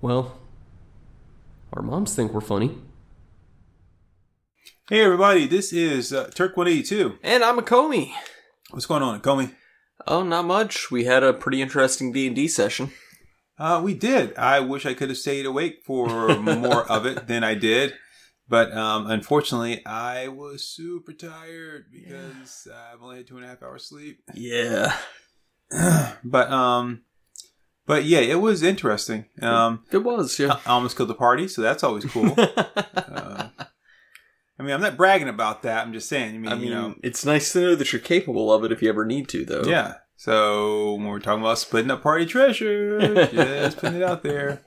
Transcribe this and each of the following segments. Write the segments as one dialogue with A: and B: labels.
A: Well, our moms think we're funny.
B: Hey everybody, this is uh, Turk 182.
A: And I'm a Comey.
B: What's going on, Comey?
A: Oh, not much. We had a pretty interesting D&D session.
B: Uh, we did. I wish I could have stayed awake for more of it than I did. But um, unfortunately, I was super tired because I've only had two and a half hours sleep.
A: Yeah.
B: But um, but yeah, it was interesting. Um,
A: It was, yeah.
B: I almost killed the party, so that's always cool. uh, I mean, I'm not bragging about that. I'm just saying. I mean,
A: I mean,
B: you know,
A: it's nice to know that you're capable of it if you ever need to, though.
B: yeah. So when we're talking about splitting up party treasure, just putting it out there.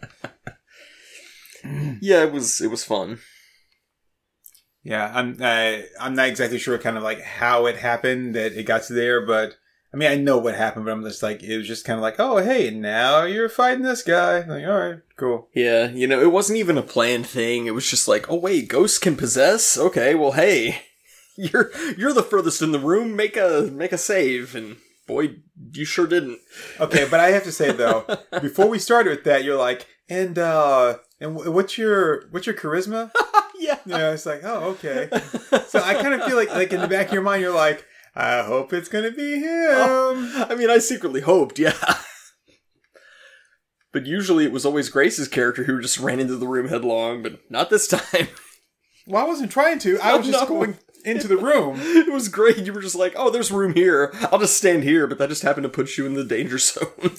A: Yeah, it was it was fun.
B: Yeah, I'm I, I'm not exactly sure kind of like how it happened that it got to there, but I mean I know what happened, but I'm just like it was just kind of like oh hey now you're fighting this guy like all right cool
A: Yeah, you know, it wasn't even a planned thing. It was just like, "Oh wait, ghosts can possess? Okay, well, hey. You're you're the furthest in the room. Make a make a save." And boy, you sure didn't.
B: okay, but I have to say though before we started with that you're like and uh and wh- what's your what's your charisma
A: yeah.
B: you know it's like oh okay so I kind of feel like like in the back of your mind you're like I hope it's gonna be him
A: I mean, I secretly hoped, yeah. but usually it was always Grace's character who just ran into the room headlong, but not this time.
B: well I wasn't trying to I was just
A: No.
B: going into the room
A: it was great. You were just like, oh, there's room here. I'll just stand here, but that just happened to put you in the danger zone.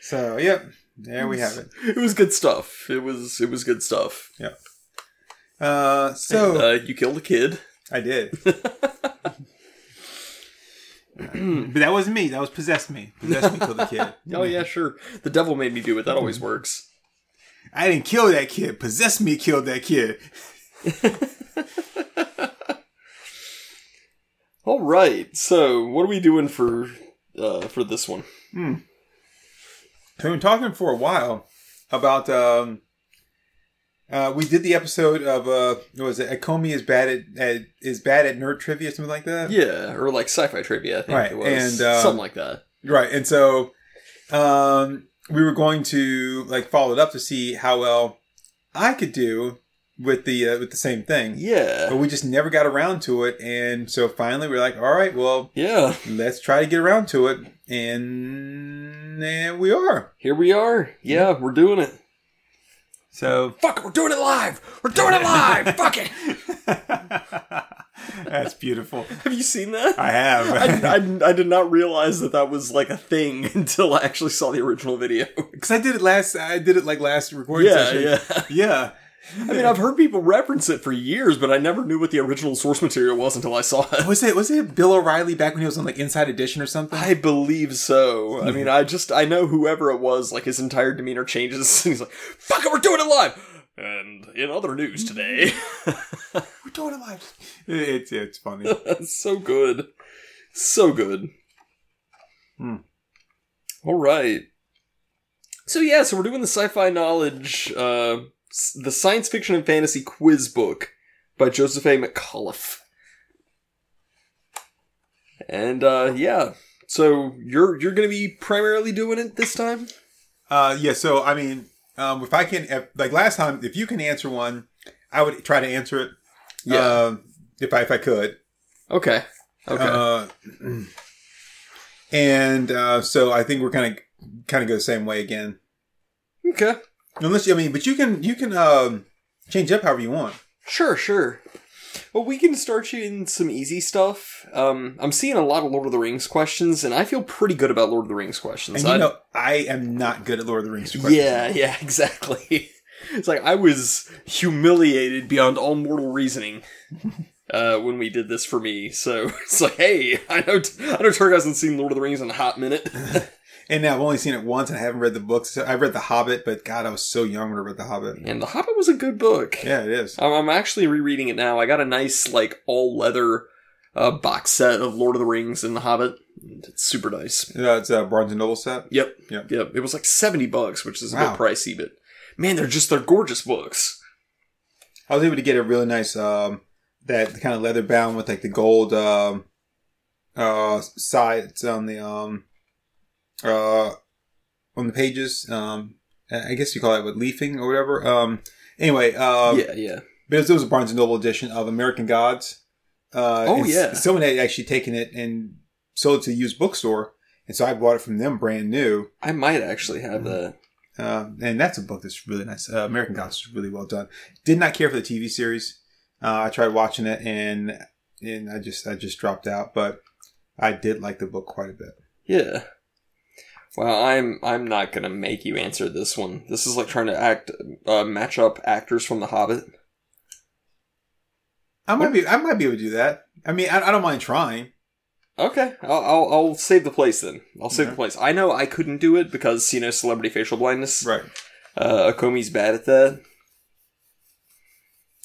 B: so yep there we have it
A: it was good stuff. It was it was good stuff.
B: uh so.
A: And, uh, you killed a kid.
B: I did. but that wasn't me. That was possessed me. Possessed me killed the kid.
A: Oh yeah, sure. The devil made me do it. That
B: Mm-hmm.
A: always works.
B: I didn't kill that kid. Possessed me killed that kid.
A: All right. So, what are we doing for uh, for this one?
B: I've been talking for a while about. Um, uh, we did the episode of uh, what was it? Akomi is bad at, at is bad at nerd trivia, something like that.
A: Yeah, or like sci-fi trivia. I think
B: Uh, Right,
A: it was
B: and, uh,
A: something like that.
B: Right, and so um, we were going to like follow it up to see how well I could do with the uh, with the same thing.
A: Yeah.
B: but we just never got around to it and so finally we're like all right well
A: Yeah,
B: let's try to get around to it and and we are
A: here we are. Yeah, we're doing it.
B: so
A: Fuck, we're doing it live. We're doing it live. Fuck it.
B: that's beautiful
A: Have you seen that?
B: i have
A: I, I, I did not realize that that was like a thing until I actually saw the original video.
B: because I, did it last i did it like last recording
A: Yeah,
B: session
A: yeah.
B: yeah
A: I mean, I've heard people reference it for years, but I never knew what the original source material was until I saw it.
B: was it was it bill o'reilly back when he was on like inside edition or something
A: I believe so. I mean, I just I know whoever it was. Like his entire demeanor changes, and he's like, "Fuck it, we're doing it live." And in other news today,
B: we're doing it live It- it's it's funny
A: so good, so good.
B: Hmm.
A: All right. So yeah, so we're doing the sci-fi knowledge, uh, s- the science fiction and fantasy quiz book by Joseph A. McAuliffe. And uh, yeah, so you're you're gonna be primarily doing it this time.
B: Uh, yeah. So I mean, um, if I can, if, like last time, if you can answer one, I would try to answer it.
A: Yeah.
B: Um, if I if I could.
A: Okay. Okay.
B: Uh, and uh, so I think we're kind of kind of go the same way again.
A: okay.
B: Unless I mean, but you can you can um, change up however you want.
A: Sure, sure. Well, we can start you in some easy stuff. Um, I'm seeing a lot of Lord of the Rings questions, and I feel pretty good about Lord of the Rings questions.
B: And you
A: I-
B: know, I am not good at Lord of the Rings. questions.
A: yeah, yeah, exactly. It's like I was humiliated beyond all mortal reasoning uh, when we did this for me. So it's like, hey, I know, I know, Turk hasn't seen Lord of the Rings in a hot minute.
B: And now I've only seen it once, and I haven't read the books. So I read The Hobbit, but God, I was so young when I read The Hobbit.
A: and The Hobbit was a good book.
B: Yeah, it is.
A: I'm, I'm actually rereading it now. I got a nice like all leather uh, box set of Lord of the Rings and The Hobbit. It's super nice.
B: Uh, it's a Barnes and Noble set.
A: Yep.
B: Yeah.
A: Yep. It was like seventy bucks, which is a
B: Wow.
A: bit pricey, but man, they're just they're gorgeous books.
B: I was able to get a really nice um that kind of leather bound with like the gold um uh sides on the um uh on the pages um I guess you call it what leafing or whatever. Um, anyway, um,
A: yeah, yeah.
B: but it was, it was a Barnes and Noble edition of American Gods. Uh,
A: Oh,
B: and s-
A: yeah.
B: someone had actually taken it and sold it to the used bookstore, and so I bought it from them brand new.
A: I might actually have
B: Mm-hmm.
A: that.
B: Uh, and that's a book that's really nice. Uh, American Gods is really well done. Did not care for the TV series. Uh, I tried watching it and and I just I just dropped out, but I did like the book quite a bit.
A: Yeah. Well, I'm I'm not gonna make you answer this one. This is like trying to act uh, match up actors from The Hobbit.
B: I might be I might be able to do that. I mean, I, I don't mind trying.
A: Okay, I'll I'll, I'll save the place then. I'll save
B: Okay.
A: the place. I know I couldn't do it because you know celebrity facial blindness.
B: Right.
A: Uh, Akomi's bad at that.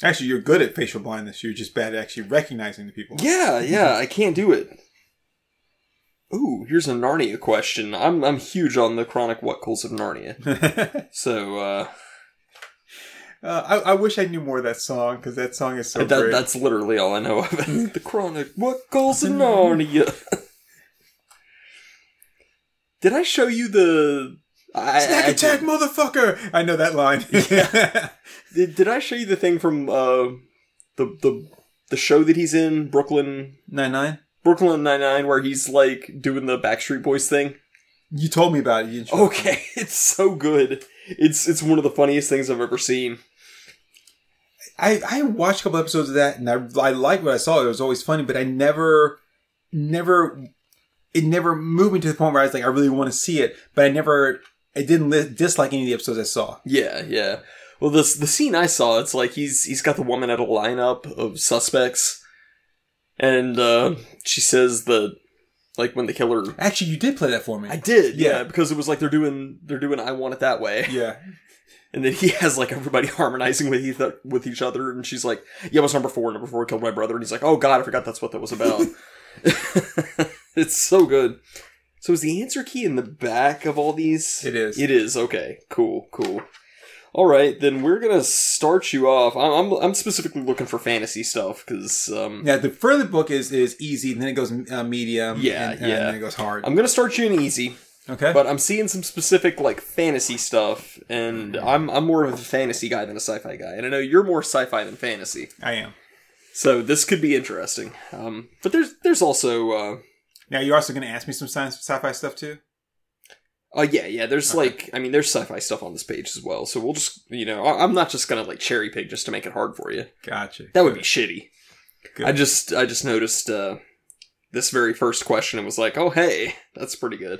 B: Actually, you're good at facial blindness. You're just bad at actually recognizing the people.
A: Yeah, yeah, I can't do it. Ooh, here's a Narnia question. I'm I'm huge on the chronic whatcals of Narnia.
B: uh,
A: So uh,
B: I, Uh, I wish I knew more of that song because that song is so
A: that,
B: great.
A: that's literally all I know of it. the chronic whatcals of Narnia. Did I show you the? I,
B: Snack
A: I-
B: attack, motherfucker! I know that line.
A: Did, did I show you the thing from uh, the the the show that he's in Brooklyn
B: Nine nine.
A: Brooklyn Nine Nine where he's like doing the Backstreet Boys thing?
B: You told me about it. You didn't show it to me.
A: Okay, it's so good. It's it's one of the funniest things I've ever seen.
B: I I watched a couple episodes of that, and I I liked what I saw. It was always funny, but I never, never, it never moved me to the point where I was like, I really want to see it, but I never, I didn't li- dislike any of the episodes I saw.
A: Yeah, yeah. Well, this the scene I saw. It's like he's he's got the woman at a lineup of suspects, and uh, she says that like when the killer.
B: Actually, you did play that for me.
A: I did, yeah,
B: Yeah.
A: because it was like they're doing they're doing I want it that way.
B: yeah,
A: And then he has like everybody harmonizing with each with each other, and she's like, "Yeah, it was number four. Number four killed my brother." And he's like, "Oh God, I forgot that's what that was about." it's so good. So is the answer key in the back of all these?
B: it is.
A: It is okay. Cool, cool. All right, then we're gonna start you off. I'm I'm, I'm specifically looking for fantasy stuff because um,
B: Yeah, the further book is is easy, and then it goes uh, medium.
A: Yeah,
B: and,
A: yeah.
B: And then it goes hard.
A: I'm gonna start you in easy,
B: okay.
A: but I'm seeing some specific like fantasy stuff, and
B: Mm-hmm.
A: I'm I'm more of a fantasy guy than a sci-fi guy, and I know you're more sci-fi than fantasy.
B: I am.
A: So this could be interesting. Um, but there's there's also uh,
B: Now you're also going to ask me some science sci-fi stuff too.
A: uh yeah yeah there's
B: Okay.
A: like I mean there's sci-fi stuff on this page as well. So we'll just you know I- I'm not just gonna like cherry pick just to make it hard for you.
B: Gotcha.
A: That would be shitty.
B: Good.
A: I just I just noticed uh, this very first question and was like oh hey that's pretty good.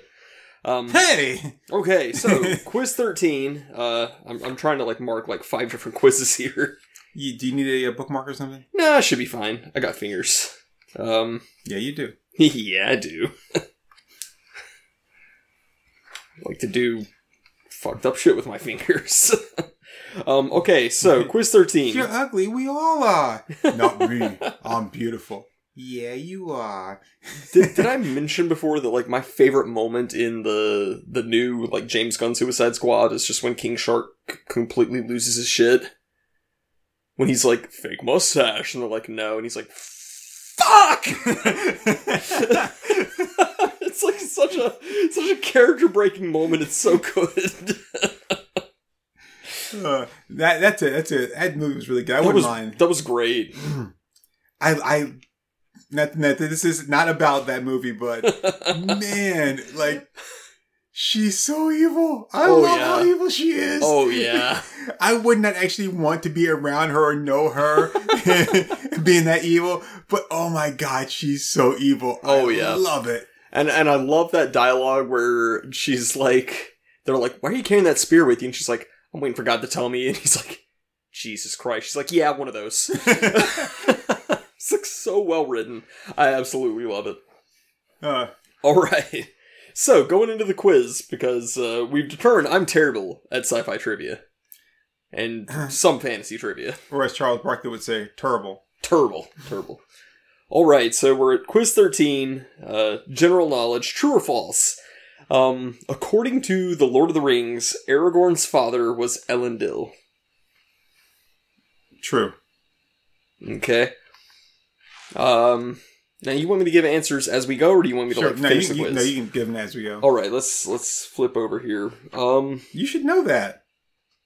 A: Um,
B: Hey,
A: okay, so quiz thirteen. Uh, I'm I'm trying to like mark like five different quizzes here.
B: you, do you need a, uh bookmark or something?
A: Nah, should be fine. I got fingers. Um,
B: Yeah, you do.
A: yeah, I do. I like to do fucked up shit with my fingers. um, okay, so quiz
B: You're
A: 13.
B: ugly. We all are. Not me. I'm beautiful. Yeah, you are.
A: Did, did I mention before that like my favorite moment in the the new like James Gunn Suicide Squad is just when King Shark c- completely loses his shit? When he's like fake mustache and they're like no and he's like fuck. it's like such a such a character breaking moment. It's so good.
B: Uh, that that's it. That's it. That movie was really good. I
A: that
B: wouldn't
A: was
B: mind.
A: that was great.
B: I I. Not, not, this is not about that movie, but man, like she's so evil. I
A: Oh,
B: love
A: yeah.
B: how evil she is.
A: oh yeah,
B: I would not actually want to be around her or know her being that evil, but oh my god, she's so evil.
A: Oh,
B: I
A: yeah.
B: Love it.
A: and and I love that dialogue where she's like, they're like, why are you carrying that spear with you? And she's like, I'm waiting for God to tell me. And he's like, Jesus Christ. She's like, yeah, one of those. it's like so well written. I absolutely love it.
B: Uh,
A: All right. So going into the quiz because uh, we've determined I'm terrible at sci-fi trivia and some fantasy trivia.
B: or as Charles Barkley would say, terrible.
A: Terrible, terrible. All right, so we're at quiz thirteen. Uh, general knowledge: true or false? Um, according to the Lord of the Rings, Aragorn's father was Elendil.
B: True.
A: Okay. Um, Now, you want me to give answers as we go, or do you want me to
B: Sure.
A: like
B: No you,
A: face the
B: you,
A: quiz? Oh.
B: no, you can give them as we go.
A: All right, let's let's flip over here. Um,
B: You should know that.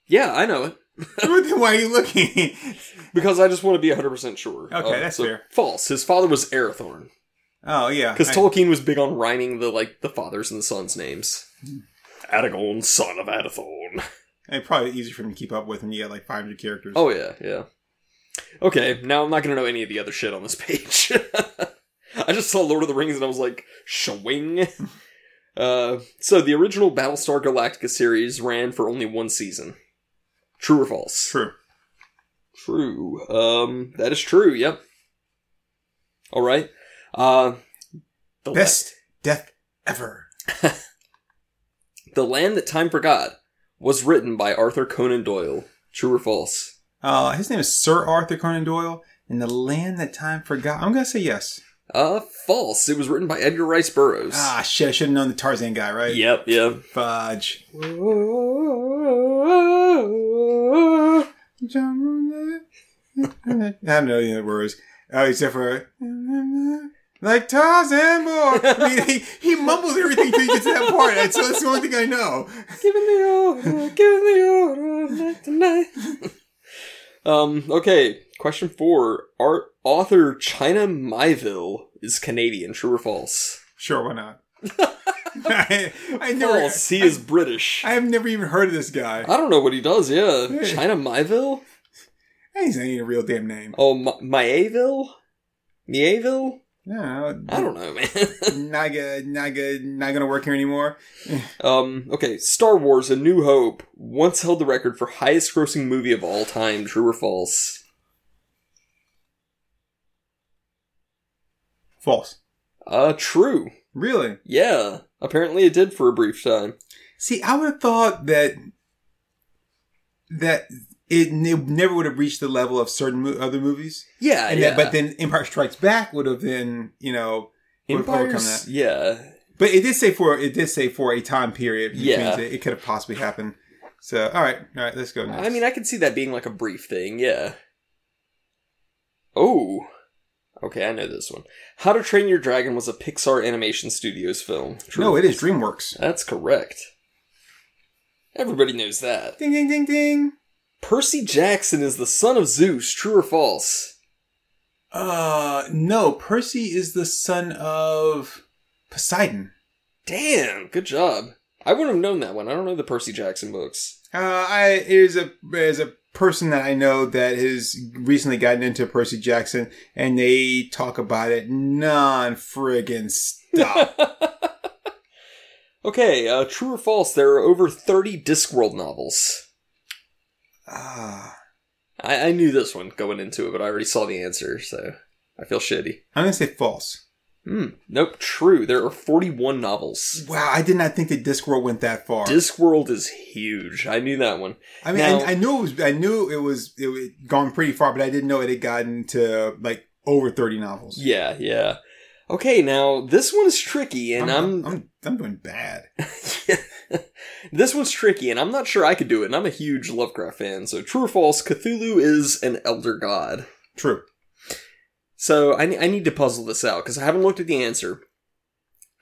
A: yeah, I know it
B: Then Why are you looking?
A: because I just want to be hundred percent sure.
B: Okay,
A: Um,
B: that's
A: so,
B: fair.
A: False. His father was Arathorn
B: Oh yeah,
A: because
B: I-
A: Tolkien was big on rhyming the like the fathers and the sons' names. Aragorn, son of Arathorn.
B: and probably easier for him to keep up with when you got like 500 characters.
A: Oh yeah, yeah. Okay, now I'm not gonna know any of the other shit on this page. I just saw Lord of the Rings and I was like, swing. Uh, so the original Battlestar Galactica series ran for only one season. True or false?
B: true.
A: True. Um, that is true. Yep. All right. Uh, the la-
B: Best death ever.
A: the land that time forgot was written by Arthur Conan Doyle. True or false?
B: Uh, his name is Sir Arthur Conan Doyle, and the land that time forgot. I'm gonna say yes.
A: Uh, false. It was written by Edgar Rice Burroughs.
B: Ah, shit! I should have known the Tarzan guy, right?
A: Yep. Yep.
B: Fudge.
A: That's
B: I don't know any other words. Oh, except for like Tarzan boy. I mean, he, he mumbles everything until you get to that part. That's, that's the only thing I know.
A: um, okay, question four. Art author China Myville is Canadian, true or false?
B: Sure, why not? I, I never.
A: False, he is British.
B: I have never even heard of this guy.
A: I don't know what he does, yeah.
B: Hey.
A: China Myville?
B: He's not even a real damn name.
A: Oh, Ma- Myaville? Miaville?
B: No,
A: I don't know, man.
B: not gonna, not gonna, not gonna work here anymore.
A: Um, okay, Star Wars A New Hope once held the record for highest grossing movie of all time, true or false?
B: False.
A: Uh, true.
B: Really?
A: Yeah. Apparently it did for a brief time.
B: See, I would have thought that that it, it never would have reached the level of certain mo- other movies,
A: Yeah,
B: and
A: Uh, yeah.
B: that, but then Empire Strikes Back would have then, you know, would have overcome
A: Empires, yeah.
B: but it did say for it did say for a time period, which
A: Yeah.
B: means it, it could have possibly happened. So, all right, all right, let's go next.
A: I mean, I could see that being like a brief thing, yeah. Oh. Okay, I know this one. How to Train Your Dragon was a Pixar Animation Studios film. True.
B: no, it is DreamWorks.
A: That's correct. Everybody knows that.
B: Ding, ding, ding, ding.
A: Percy Jackson is the son of Zeus, true or false?
B: Uh, no, Percy is the son of Poseidon.
A: Damn, good job. I wouldn't have known that one. I don't know the Percy Jackson books.
B: Uh, I it is a is a person that I know that has recently gotten into Percy Jackson, and they talk about it non friggin' stop.
A: okay, uh, true or false, there are over 30 Discworld novels.
B: Ah,
A: I-, I knew this one going into it, but I already saw the answer, so I feel shitty.
B: I'm gonna say false.
A: Hmm, nope, true. There are 41 novels.
B: Wow, I did not think that Discworld went that far.
A: Discworld is huge. I knew that one.
B: I mean,
A: Now-
B: I, I knew it was I knew it was it had gone pretty far, but I didn't know it had gotten to like over thirty novels.
A: Yeah, yeah. Okay, now this one is tricky, and I'm,
B: I'm I'm, I'm doing bad.
A: This one's tricky, and I'm not sure I could do it, and I'm a huge Lovecraft fan, so true or false, Cthulhu is an elder god.
B: True.
A: So I, ne- I need to puzzle this out, because I haven't looked at the answer.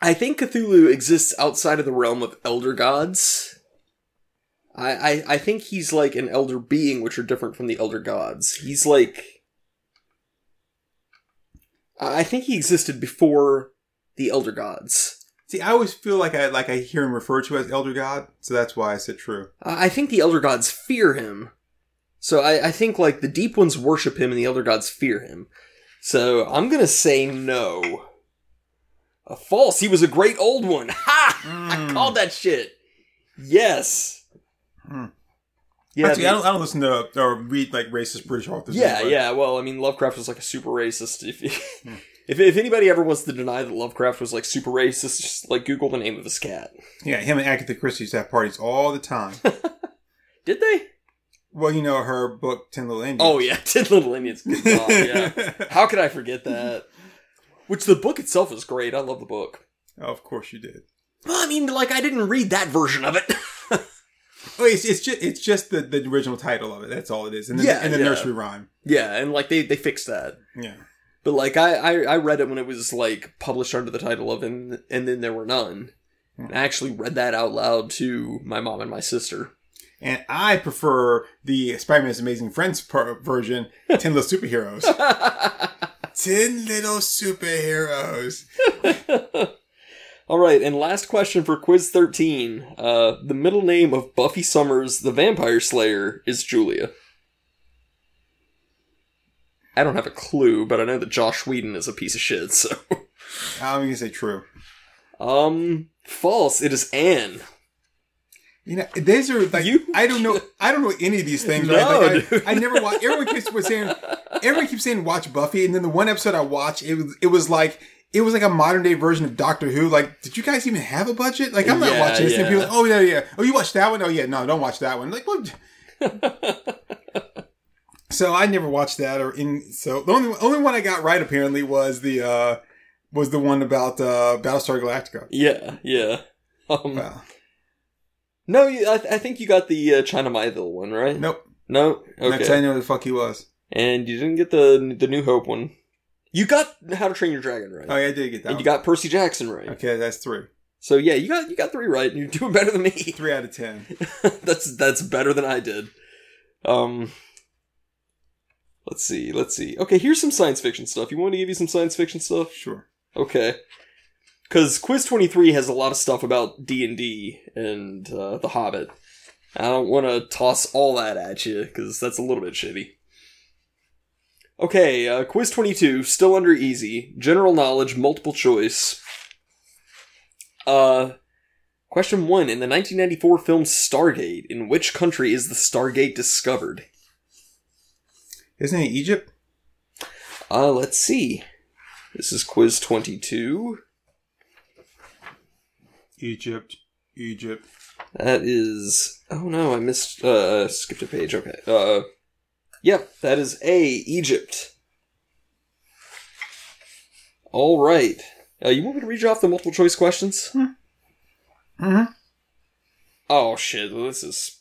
A: I think Cthulhu exists outside of the realm of elder gods. I, I, I think he's like an elder being, which are different from the elder gods. He's like. I I think he existed before the elder gods.
B: See, I always feel like I like I hear him referred to as Elder God, so that's why I said true.
A: I I think the Elder Gods fear him. So I, I think like the Deep Ones worship him and the Elder Gods fear him. So I'm gonna say no. A false. He was a great old one. Ha! I
B: Mm.
A: called that shit. Yes.
B: Mm.
A: Yeah.
B: Actually, I
A: the-
B: don't, I don't listen to or read like racist British authors.
A: yeah,
B: anyway.
A: yeah. Well, I mean, Lovecraft was like a super racist. If
B: Hmm.
A: if, if anybody ever wants to deny that Lovecraft was like super racist, just like Google the name of his cat.
B: yeah. Him and Agatha Christie used to have parties all the time.
A: Did they?
B: well, you know her book Ten Little Indians.
A: Oh yeah, Ten Little Indians. Good God, yeah. How could I forget that? Which the book itself is great. I love the book.
B: of course you did.
A: Well, I mean, like I didn't read that version of it.
B: Oh, it's, it's just it's just the, the original title of it. That's all it is, and then,
A: Yeah,
B: and the
A: yeah.
B: nursery rhyme.
A: yeah, and like they they fixed that.
B: Yeah,
A: But like I, I, I read it when it was like published under the title of and and then there were none. And I actually read that out loud to my mom and my sister.
B: And I prefer the Spider-Man's Amazing Friends par- version, Ten Little Superheroes. Ten Little Superheroes.
A: All right, and last question for quiz thirteen. Uh, the middle name of Buffy Summers, the Vampire Slayer, is Julia. I don't have a clue, but I know that Josh Whedon is a piece of shit. So,
B: I'm going to say true.
A: um, false. It is Anne.
B: You know, these are like
A: You-
B: I don't know. I don't know any of these things.
A: No,
B: right? Like,
A: dude.
B: I, I never watch. Everyone keeps was saying. Everyone keeps saying watch Buffy, and then the one episode I watched, it was it was like it was like a modern day version of Doctor Who. Like, did you guys even have a budget? Like, I'm not
A: Yeah,
B: watching this. And
A: yeah.
B: people, oh yeah, yeah. Oh, you watched that one? Oh yeah, no, don't watch that one. Like, what? so I never watched that. Or in so the only only one I got right apparently was the uh was the one about uh Battlestar Galactica.
A: Yeah, yeah. Um,
B: Wow.
A: No, you, I, I think you got the uh, China Mythil one, right?
B: Nope.
A: No.
B: Next
A: Okay.
B: I know who the fuck he was.
A: And you didn't get the the New Hope one. You got How to Train Your Dragon right,
B: Oh yeah, I did get that.
A: and
B: one.
A: you got Percy Jackson right.
B: Okay, that's three.
A: So yeah, you got you got three right, and you're doing better than me.
B: Three out of ten.
A: that's that's better than I did. Um. Let's see. Let's see. Okay, here's some science fiction stuff. You want me to give you some science fiction stuff?
B: Sure.
A: Okay. Because Quiz 23 has a lot of stuff about D&D and uh, The Hobbit. I don't want to toss all that at you, because that's a little bit shitty. Okay, uh, Quiz 22, still under easy. General knowledge, multiple choice. Uh, question 1. In the 1994 film Stargate, in which country is the Stargate discovered?
B: Isn't it Egypt?
A: Uh, let's see. This is Quiz 22.
B: Egypt. Egypt.
A: That is. Oh no, I missed. Uh, skipped a page. Okay. Uh, yep, that is A, Egypt. All right. Uh, you want me to read you off the multiple choice questions?
B: Mm-hmm.
A: Oh shit, well, this is.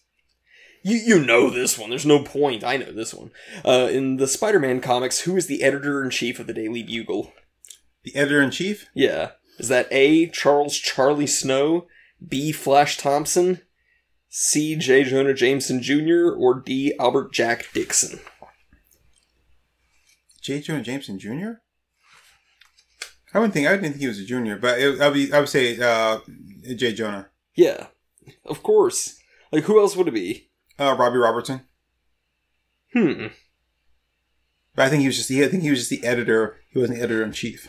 A: You, you know this one. There's no point. I know this one. Uh, in the Spider Man comics, who is the editor in chief of the Daily Bugle?
B: The editor in chief?
A: Yeah. Is that A, Charles Charlie Snow, B, Flash Thompson, C, J. Jonah Jameson Jr., or D, Albert Jack Dixon?
B: J. Jonah Jameson Jr. I wouldn't think I didn't think he was a junior, but it, I would I would say uh, J. Jonah.
A: Yeah, of course. Like, who else would it be?
B: Uh, Robbie Robertson.
A: Hmm.
B: But I think he was just the I think he was just the editor. He wasn't the editor in chief.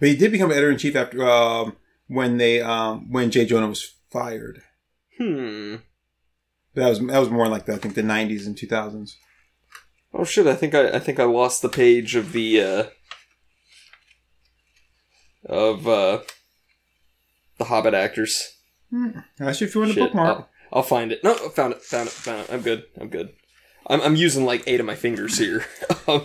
B: But he did become editor in chief after um, when they um, when J. Jonah was fired.
A: Hmm.
B: That was that was more like the, I think the nineties and two thousands.
A: Oh shit! I think I, I think I lost the page of the uh, of uh, the Hobbit actors.
B: That's if you want a
A: Shit,
B: bookmark.
A: I'll, I'll find it. No, I found it. Found it. Found it. I'm good. I'm good. I'm, I'm using like eight of my fingers here. Um,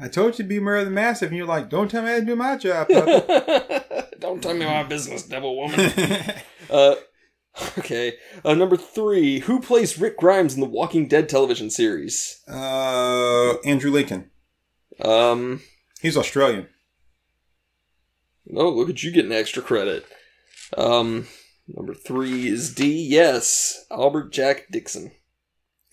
B: I told you to be aware of the massive, and you're like, don't tell me how to do my job. puppy."
A: Don't tell me my business, devil woman. uh, okay. Uh, number three. Who plays Rick Grimes in the Walking Dead television series?
B: uh, Andrew Lincoln.
A: Um.
B: He's Australian.
A: Oh, look at you getting extra credit. Um. Number three is D. Yes, Albert Jack Dixon.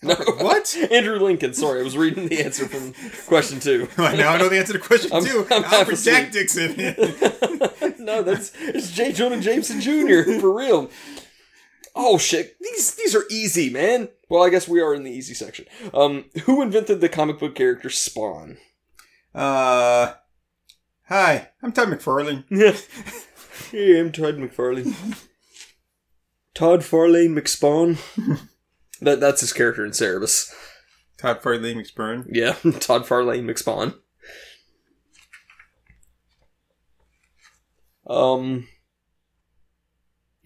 A: No,
B: What?
A: Andrew Lincoln. Sorry, I was reading the answer from question two.
B: now I know the answer to the question
A: I'm-
B: too.
A: I'm half
B: Albert Jack
A: asleep.
B: Dixon.
A: no, that's it's J. Jonah Jameson Jr. for real. Oh shit, these these are easy, man. Well, I guess we are in the easy section. Um, who invented the comic book character Spawn?
B: uh, hi, I'm Todd McFarlane.
A: yeah, I'm Todd McFarlane. Todd Farlane McSpawn. that that's his character in Cerebus.
B: Todd Farlane McSpurn.
A: Yeah, Todd Farlane McSpawn. Um.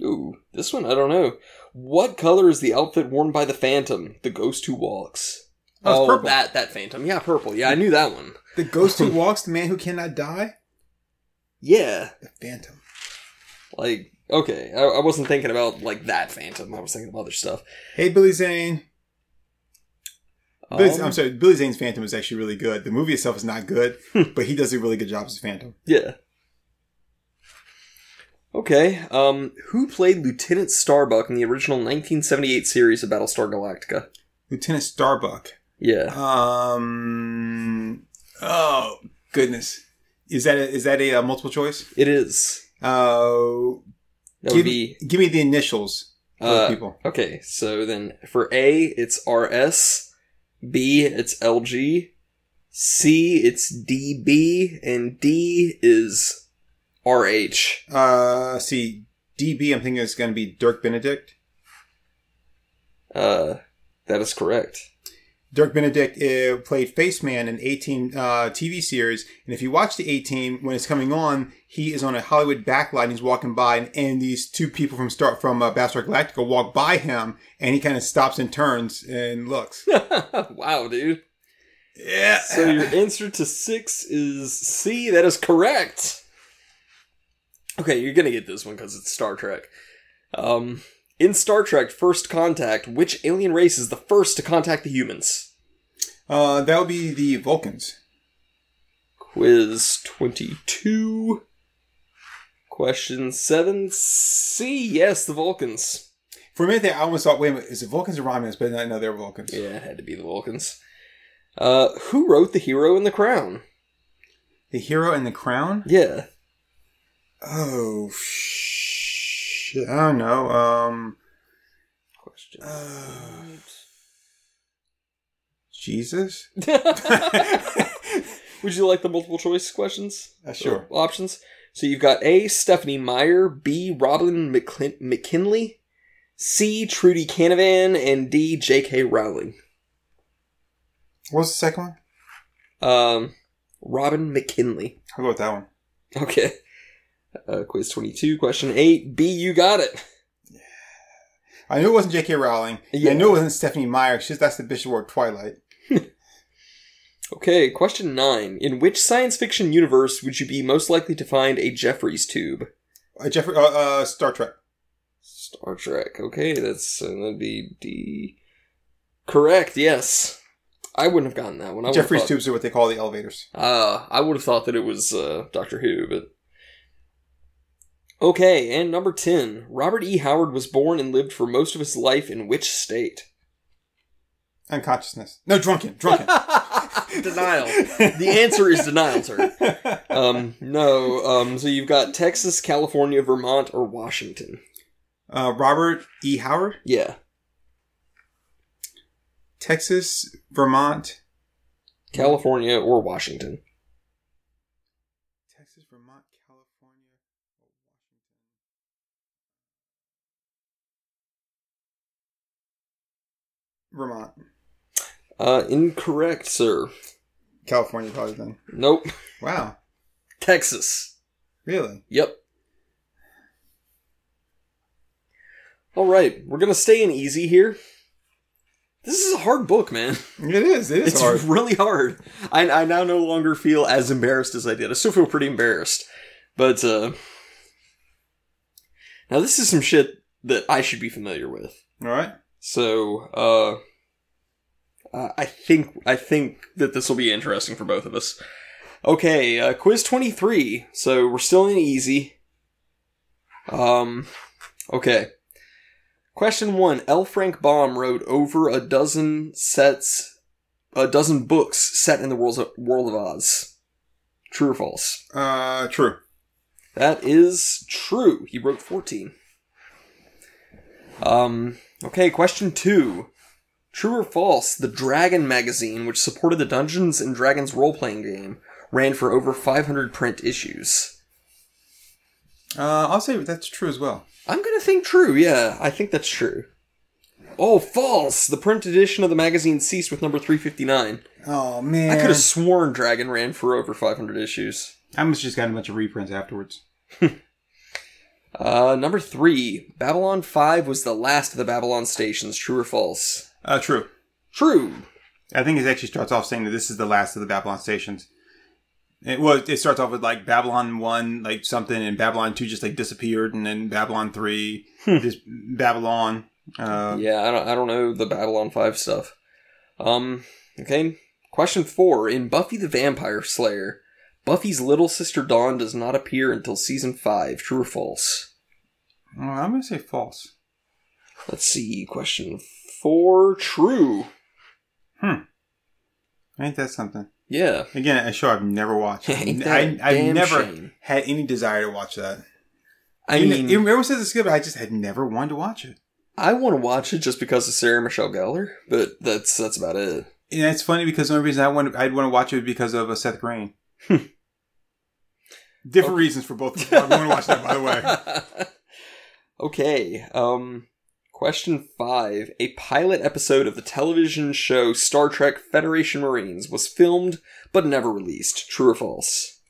A: Ooh, this one I don't know. What color is the outfit worn by the Phantom, the ghost who walks?
B: Oh, it's purple.
A: that that Phantom. Yeah, purple. Yeah, I knew that one.
B: The ghost who walks, the man who cannot die,
A: Yeah,
B: the Phantom.
A: like okay, I, I wasn't thinking about like that Phantom. I was thinking of other stuff.
B: Hey, Billy Zane. Billy-
A: Um,
B: I'm sorry, Billy Zane's Phantom is actually really good. The movie itself is not good,
A: Hmm.
B: but he does a really good job as Phantom.
A: Yeah. Okay. Um, who played Lieutenant Starbuck in the original 1978 series of Battlestar Galactica?
B: Lieutenant Starbuck.
A: Yeah.
B: Um. Oh goodness, is that a, is that a, uh multiple choice?
A: It is.
B: Uh,
A: That
B: give
A: would
B: me
A: be.
B: give me the initials for
A: Uh,
B: people.
A: Okay, so then for A, it's RS. B, it's LG. C, it's DB. And D is RH.
B: Uh, see, DB. I'm thinking it's going to be Dirk Benedict.
A: Uh, that is correct.
B: Dirk Benedict uh, played Faceman in 18 uh, TV series, and if you watch the 18 when it's coming on, he is on a Hollywood backlight. And he's walking by, and, and these two people from start from uh, Battlestar Galactica walk by him, and he kind of stops and turns and looks.
A: wow, dude.
B: Yeah.
A: So your answer to six is C. That is correct. Okay, you're gonna get this one because it's Star Trek. Um, in Star Trek First Contact, which alien race is the first to contact the humans?
B: Uh, that would be the Vulcans.
A: Quiz 22. Question 7. C. Yes, the Vulcans.
B: For a minute there, I almost thought, wait a minute, is it Vulcans or Romulans? But no, no they're Vulcans.
A: Yeah, it had to be the Vulcans. Uh, who wrote The Hero and the Crown?
B: The Hero and the Crown?
A: Yeah.
B: Oh, shit. I don't know. Um,
A: Question.
B: Uh. Jesus?
A: Would you like the multiple choice questions?
B: Uh, sure.
A: Or options? So you've got A. Stephanie Meyer, B. Robin McClin- McKinley, C. Trudy Canavan, and D. J.K. Rowling.
B: What was the second one?
A: Um, Robin McKinley.
B: I'll go with that one.
A: Okay. Uh, quiz 22, question 8. B, you got it.
B: I knew it wasn't J.K. Rowling. Yeah.
A: Yeah.
B: I knew it wasn't Stephanie Meyer. She's that's the bitch who wore Twilight.
A: Okay, question 9. In which science fiction universe would you be most likely to find a Jeffrey's tube?
B: Uh, Jeffrey, uh, uh, Star Trek.
A: Star Trek. Okay, that's uh, that'd be D. Correct, yes. I wouldn't have gotten that one. I would've
B: Jeffrey's
A: thought-
B: tubes are what they call the elevators.
A: Uh, I would have thought that it was uh, Doctor Who, but. Okay, and number 10. Robert E. Howard was born and lived for most of his life in which state?
B: Unconsciousness. No, drunken. Drunken.
A: Denial. The answer is denial, sir. Um, no. Um, so you've got Texas, California, Vermont, or Washington.
B: Uh, Robert E. Howard,
A: Yeah,
B: Texas, Vermont.
A: California or Washington.
B: Texas, Vermont, California, Vermont,
A: Uh, incorrect, sir.
B: California, probably then.
A: Nope.
B: Wow,
A: Texas.
B: really?
A: Yep. All right, we're gonna stay in easy here. This is a hard book, man.
B: It is. It is
A: It's
B: hard.
A: really hard. I, I now no longer feel as embarrassed as I did. I still feel pretty embarrassed. But, uh. Now, this is some shit that I should be familiar with.
B: All right.
A: So, uh. I- I think I think that this will be interesting for both of us. Okay, uh, quiz twenty three. So we're still in easy. Um, okay. Question one: L. Frank Baum wrote over a dozen sets, a dozen books set in the world of, world of Oz. True or false?
B: Uh, true.
A: That is true. He wrote 14. Um, okay, question two. True or false, the Dragon magazine, which supported the Dungeons and Dragons role playing game, ran for over 500 print issues.
B: Uh, I'll say that's true as well.
A: I'm gonna think true, yeah, I think that's true. Oh, false! The print edition of the magazine ceased with number 359.
B: Oh man,
A: I could have sworn Dragon ran for over 500 issues.
B: I must just got a bunch of reprints afterwards.
A: Uh, number three, Babylon 5 was the last of the Babylon stations, true or false?
B: Uh, true.
A: True.
B: I think it actually starts off saying that this is the last of the Babylon stations. It was. It starts off with like Babylon one, like something, and Babylon two just like disappeared, and then Babylon three,
A: Hmm.
B: just Babylon. Uh,
A: yeah, I don't, I don't know the Babylon 5 stuff. Um, okay. Question four. In Buffy the Vampire Slayer, Buffy's little sister Dawn does not appear until season five. True or false?
B: Oh, I'm gonna say false.
A: Let's see. Question four. True.
B: Ain't that something?
A: Yeah.
B: Again, a show I've never watched.
A: Ain't
B: I,
A: that a
B: I've
A: damn
B: never
A: shame?
B: had any desire to watch that.
A: I
B: Even-
A: mean,
B: even everyone says it's good, but I just had never wanted to watch it.
A: I want to watch it just because of Sarah Michelle Gellar, but that's that's about it.
B: And it's funny because the only reason I want I'd want to watch it because of uh, Seth Green.
A: Hmm.
B: Different reasons for both. of them. I want to watch that, by the
A: way.
B: way.
A: okay. Um, question five. A pilot episode of the television show Star Trek Federation Marines was filmed but never released. True or false?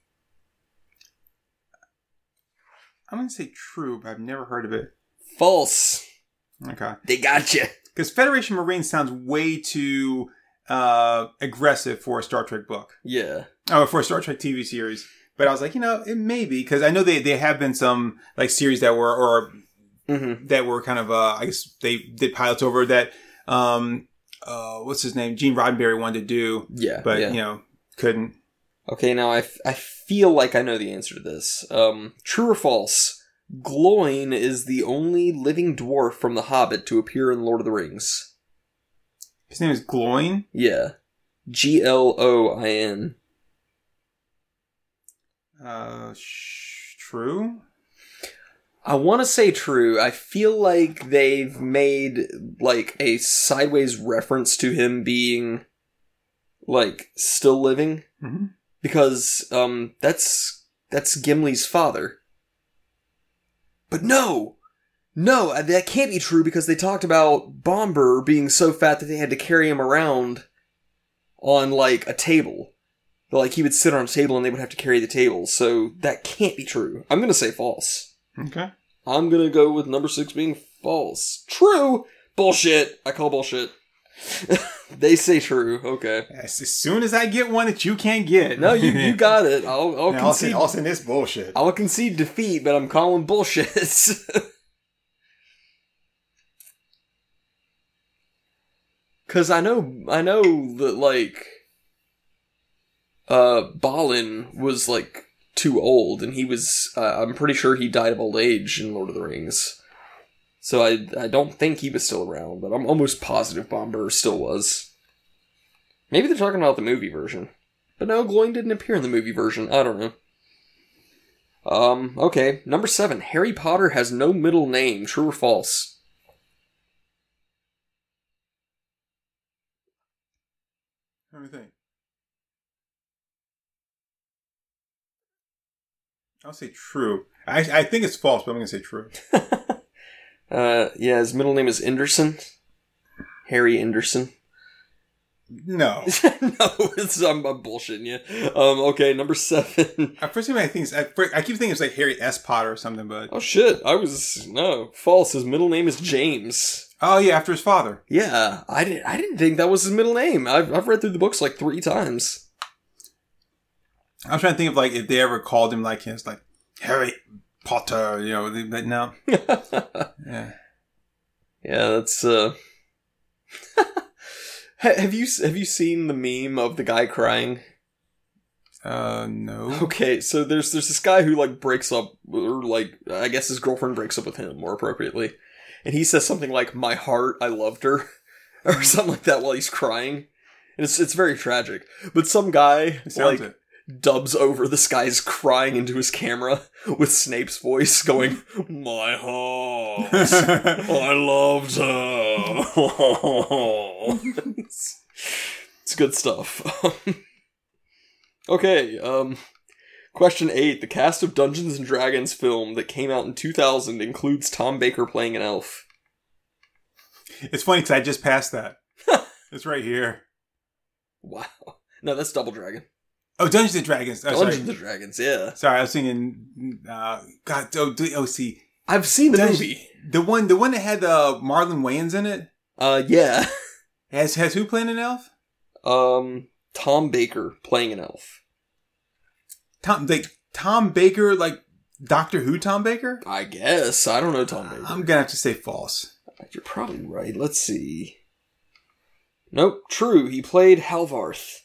B: I'm gonna say true, but I've never heard of it.
A: False.
B: Okay,
A: They got you.
B: because Federation Marine sounds way too uh, aggressive for a Star Trek book.
A: Yeah.
B: Oh, for a Star Trek TV series. But I was like, you know, it may be because I know they they have been some like series that were or
A: hmm
B: that were kind of uh I guess they did pilots over that um uh what's his name Gene Roddenberry wanted to do,
A: Yeah.
B: but
A: yeah.
B: you know couldn't.
A: Okay. Now I, f- I feel like I know the answer to this. Um, true or false? Gloin is the only living dwarf from The Hobbit to appear in Lord of the Rings.
B: His name is Gloin.
A: Yeah. G L O I N.
B: Uh, sh- true.
A: I want to say true. I feel like they've made like a sideways reference to him being like still living
B: Mm-hmm.
A: because um that's that's Gimli's father. But no. No, uh, that can't be true because they talked about Bomber being so fat that they had to carry him around on like a table. Like he would sit on a table and they would have to carry the table. So that can't be true. I'm going to say false.
B: Okay.
A: I'm gonna go with number six being false. True. Bullshit. I call bullshit. they say true. Okay.
B: As, as soon as I get one that you can't get,
A: No, you, you got it. I'll, I'll
B: Now, I'll
A: concede.
B: send, I'll send this bullshit.
A: I'll concede defeat, but I'm calling bullshit. Cause I know I know that like uh Balin was like too old and he was uh, I'm pretty sure he died of old age in Lord of the Rings. So I I don't think he was still around, but I'm almost positive Bomber still was. Maybe they're talking about the movie version. But no, Gloin didn't appear in the movie version. I don't know. Um, okay. Number seven. Harry Potter has no middle name. True or false?
B: Let me think. I'll say true. I, I think it's false, but I'm gonna say true.
A: Uh, yeah, his middle name is Anderson. Harry Anderson.
B: No,
A: no, it's, I'm, I'm bullshitting you. Um, okay, number seven.
B: at first I think it's, at first, I keep thinking it's like Harry S. Potter or something, but
A: Oh shit, I was, no, false. His middle name is James.
B: oh yeah, after his father.
A: Yeah, I didn't, I didn't think that was his middle name. I've, I've read through the books like three times.
B: I was trying to think of like if they ever called him like his like Harry Potter, you know, they- but no,
A: yeah,
B: yeah.
A: that's, uh, Ha- have you, have you seen the meme of the guy crying?
B: Uh, no.
A: Okay, so there's there's this guy who like breaks up, or like I guess his girlfriend breaks up with him more appropriately, and he says something like "My heart, I loved her," or something like that while he's crying, and it's it's very tragic. But some guy
B: It sounds
A: like
B: it.
A: dubs over this guy's crying into his camera with Snape's voice going "My heart, I loved her." it's, it's good stuff. okay, um question 8. The cast of Dungeons and Dragons film that came out in 2000 includes Tom Baker playing an elf.
B: It's funny because I just passed that. it's right here.
A: Wow. No, that's Double Dragon.
B: Oh, Dungeons and Dragons. Oh,
A: Dungeons
B: sorry.
A: and Dragons, yeah.
B: sorry, I was thinking. Uh, God, oh, do- oh, see
A: I've seen the
B: Dungeons-
A: movie.
B: the one, the one that had uh, Marlon Wayans in it.
A: Uh yeah.
B: Has has who playing an elf?
A: Um Tom Baker playing an elf.
B: Tom like Tom Baker, like Doctor Who Tom Baker.
A: I guess. I don't know Tom Baker.
B: I'm gonna have to say false.
A: You're probably right. Let's see. Nope, true. He played Halvarth.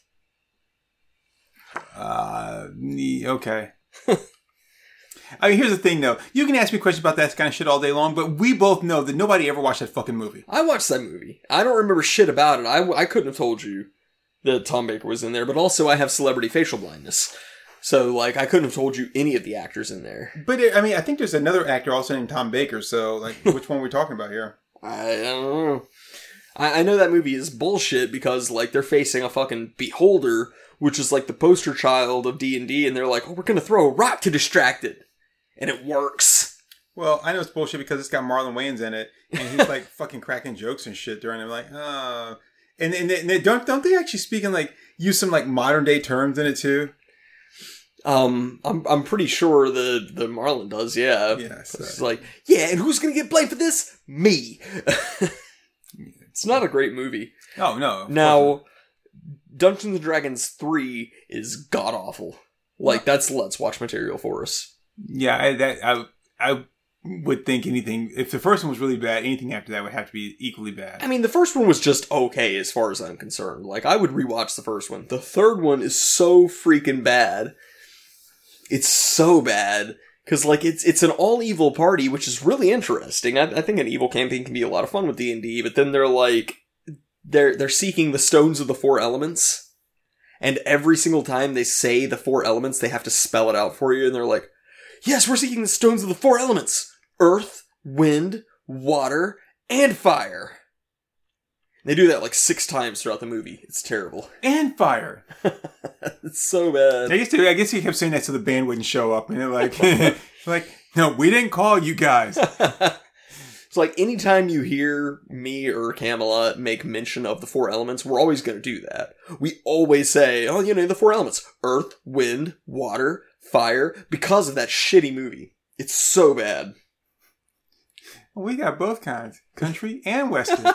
B: Uh, ne- okay. I mean, here's the thing, though. You can ask me questions about that kind of shit all day long, but we both know that nobody ever watched that fucking movie.
A: I watched that movie. I don't remember shit about it. I, I couldn't have told you that Tom Baker was in there, but also I have celebrity facial blindness. So, like, I couldn't have told you any of the actors in there.
B: But it, I mean, I think there's another actor also named Tom Baker. So, like, which one are we talking about here?
A: I, I don't know. I, I know that movie is bullshit because, like, they're facing a fucking beholder, which is, like, the poster child of D&D, and they're like, oh, we're going to throw a rock to distract it. And it works.
B: Well, I know it's bullshit because it's got Marlon Wayans in it, and he's like fucking cracking jokes and shit during. it. I'm like, oh. And, and, they, and they don't don't they actually speak in like use some like modern day terms in it too?
A: Um, I'm, I'm pretty sure the, the Marlin does, yeah.
B: Yeah, so-
A: It's like, yeah, and who's going to get blamed for this? Me. it's not a great movie.
B: Oh no. of course
A: Now, Dungeons and Dragons 3 is god awful. Like, that's Let's Watch material for us.
B: not. Yeah, I, that I I would think anything if the first one was really bad, anything after that would have to be equally bad.
A: I mean, the first one was just okay as far as I'm concerned. Like, I would rewatch the first one. The third one is so freaking bad. It's so bad. Because, like, it's it's an all-evil party, which is really interesting. I, I think an evil campaign can be a lot of fun with D&D, but then they're, like, they're, they're seeking the stones of the four elements. And every single time they say the four elements, they have to spell it out for you, and they're like, Yes, we're seeking the stones of the four elements earth, wind, water, and fire. They do that like six times throughout the movie. It's terrible.
B: and fire.
A: It's so bad.
B: I guess I guess he kept saying that so the band wouldn't show up, and they're like, like no, we didn't call you guys.
A: it's like anytime you hear me or Camelot make mention of the four elements, we're always going to do that. We always say, oh, you know, the four elements earth, wind, water, fire, because of that shitty movie. It's so bad.
B: We got both kinds, country and western.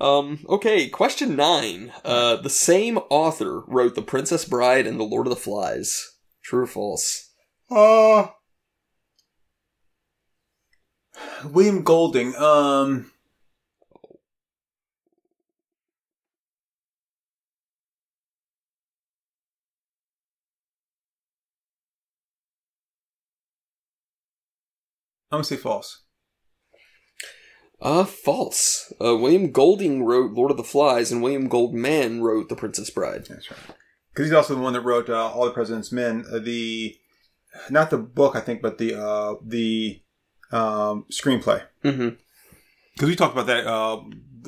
A: Um, okay, question nine. Uh, the same author wrote The Princess Bride and The Lord of the Flies. True or false?
B: Uh, William Golding. Um, I'm gonna say false.
A: Uh, false. Uh, William Golding wrote Lord of the Flies, and William Goldman wrote The Princess Bride.
B: That's right. Because he's also the one that wrote uh, All the President's Men, uh, the not the book I think, but the uh, the um, screenplay.
A: Mm-hmm.
B: Because we talked about that uh,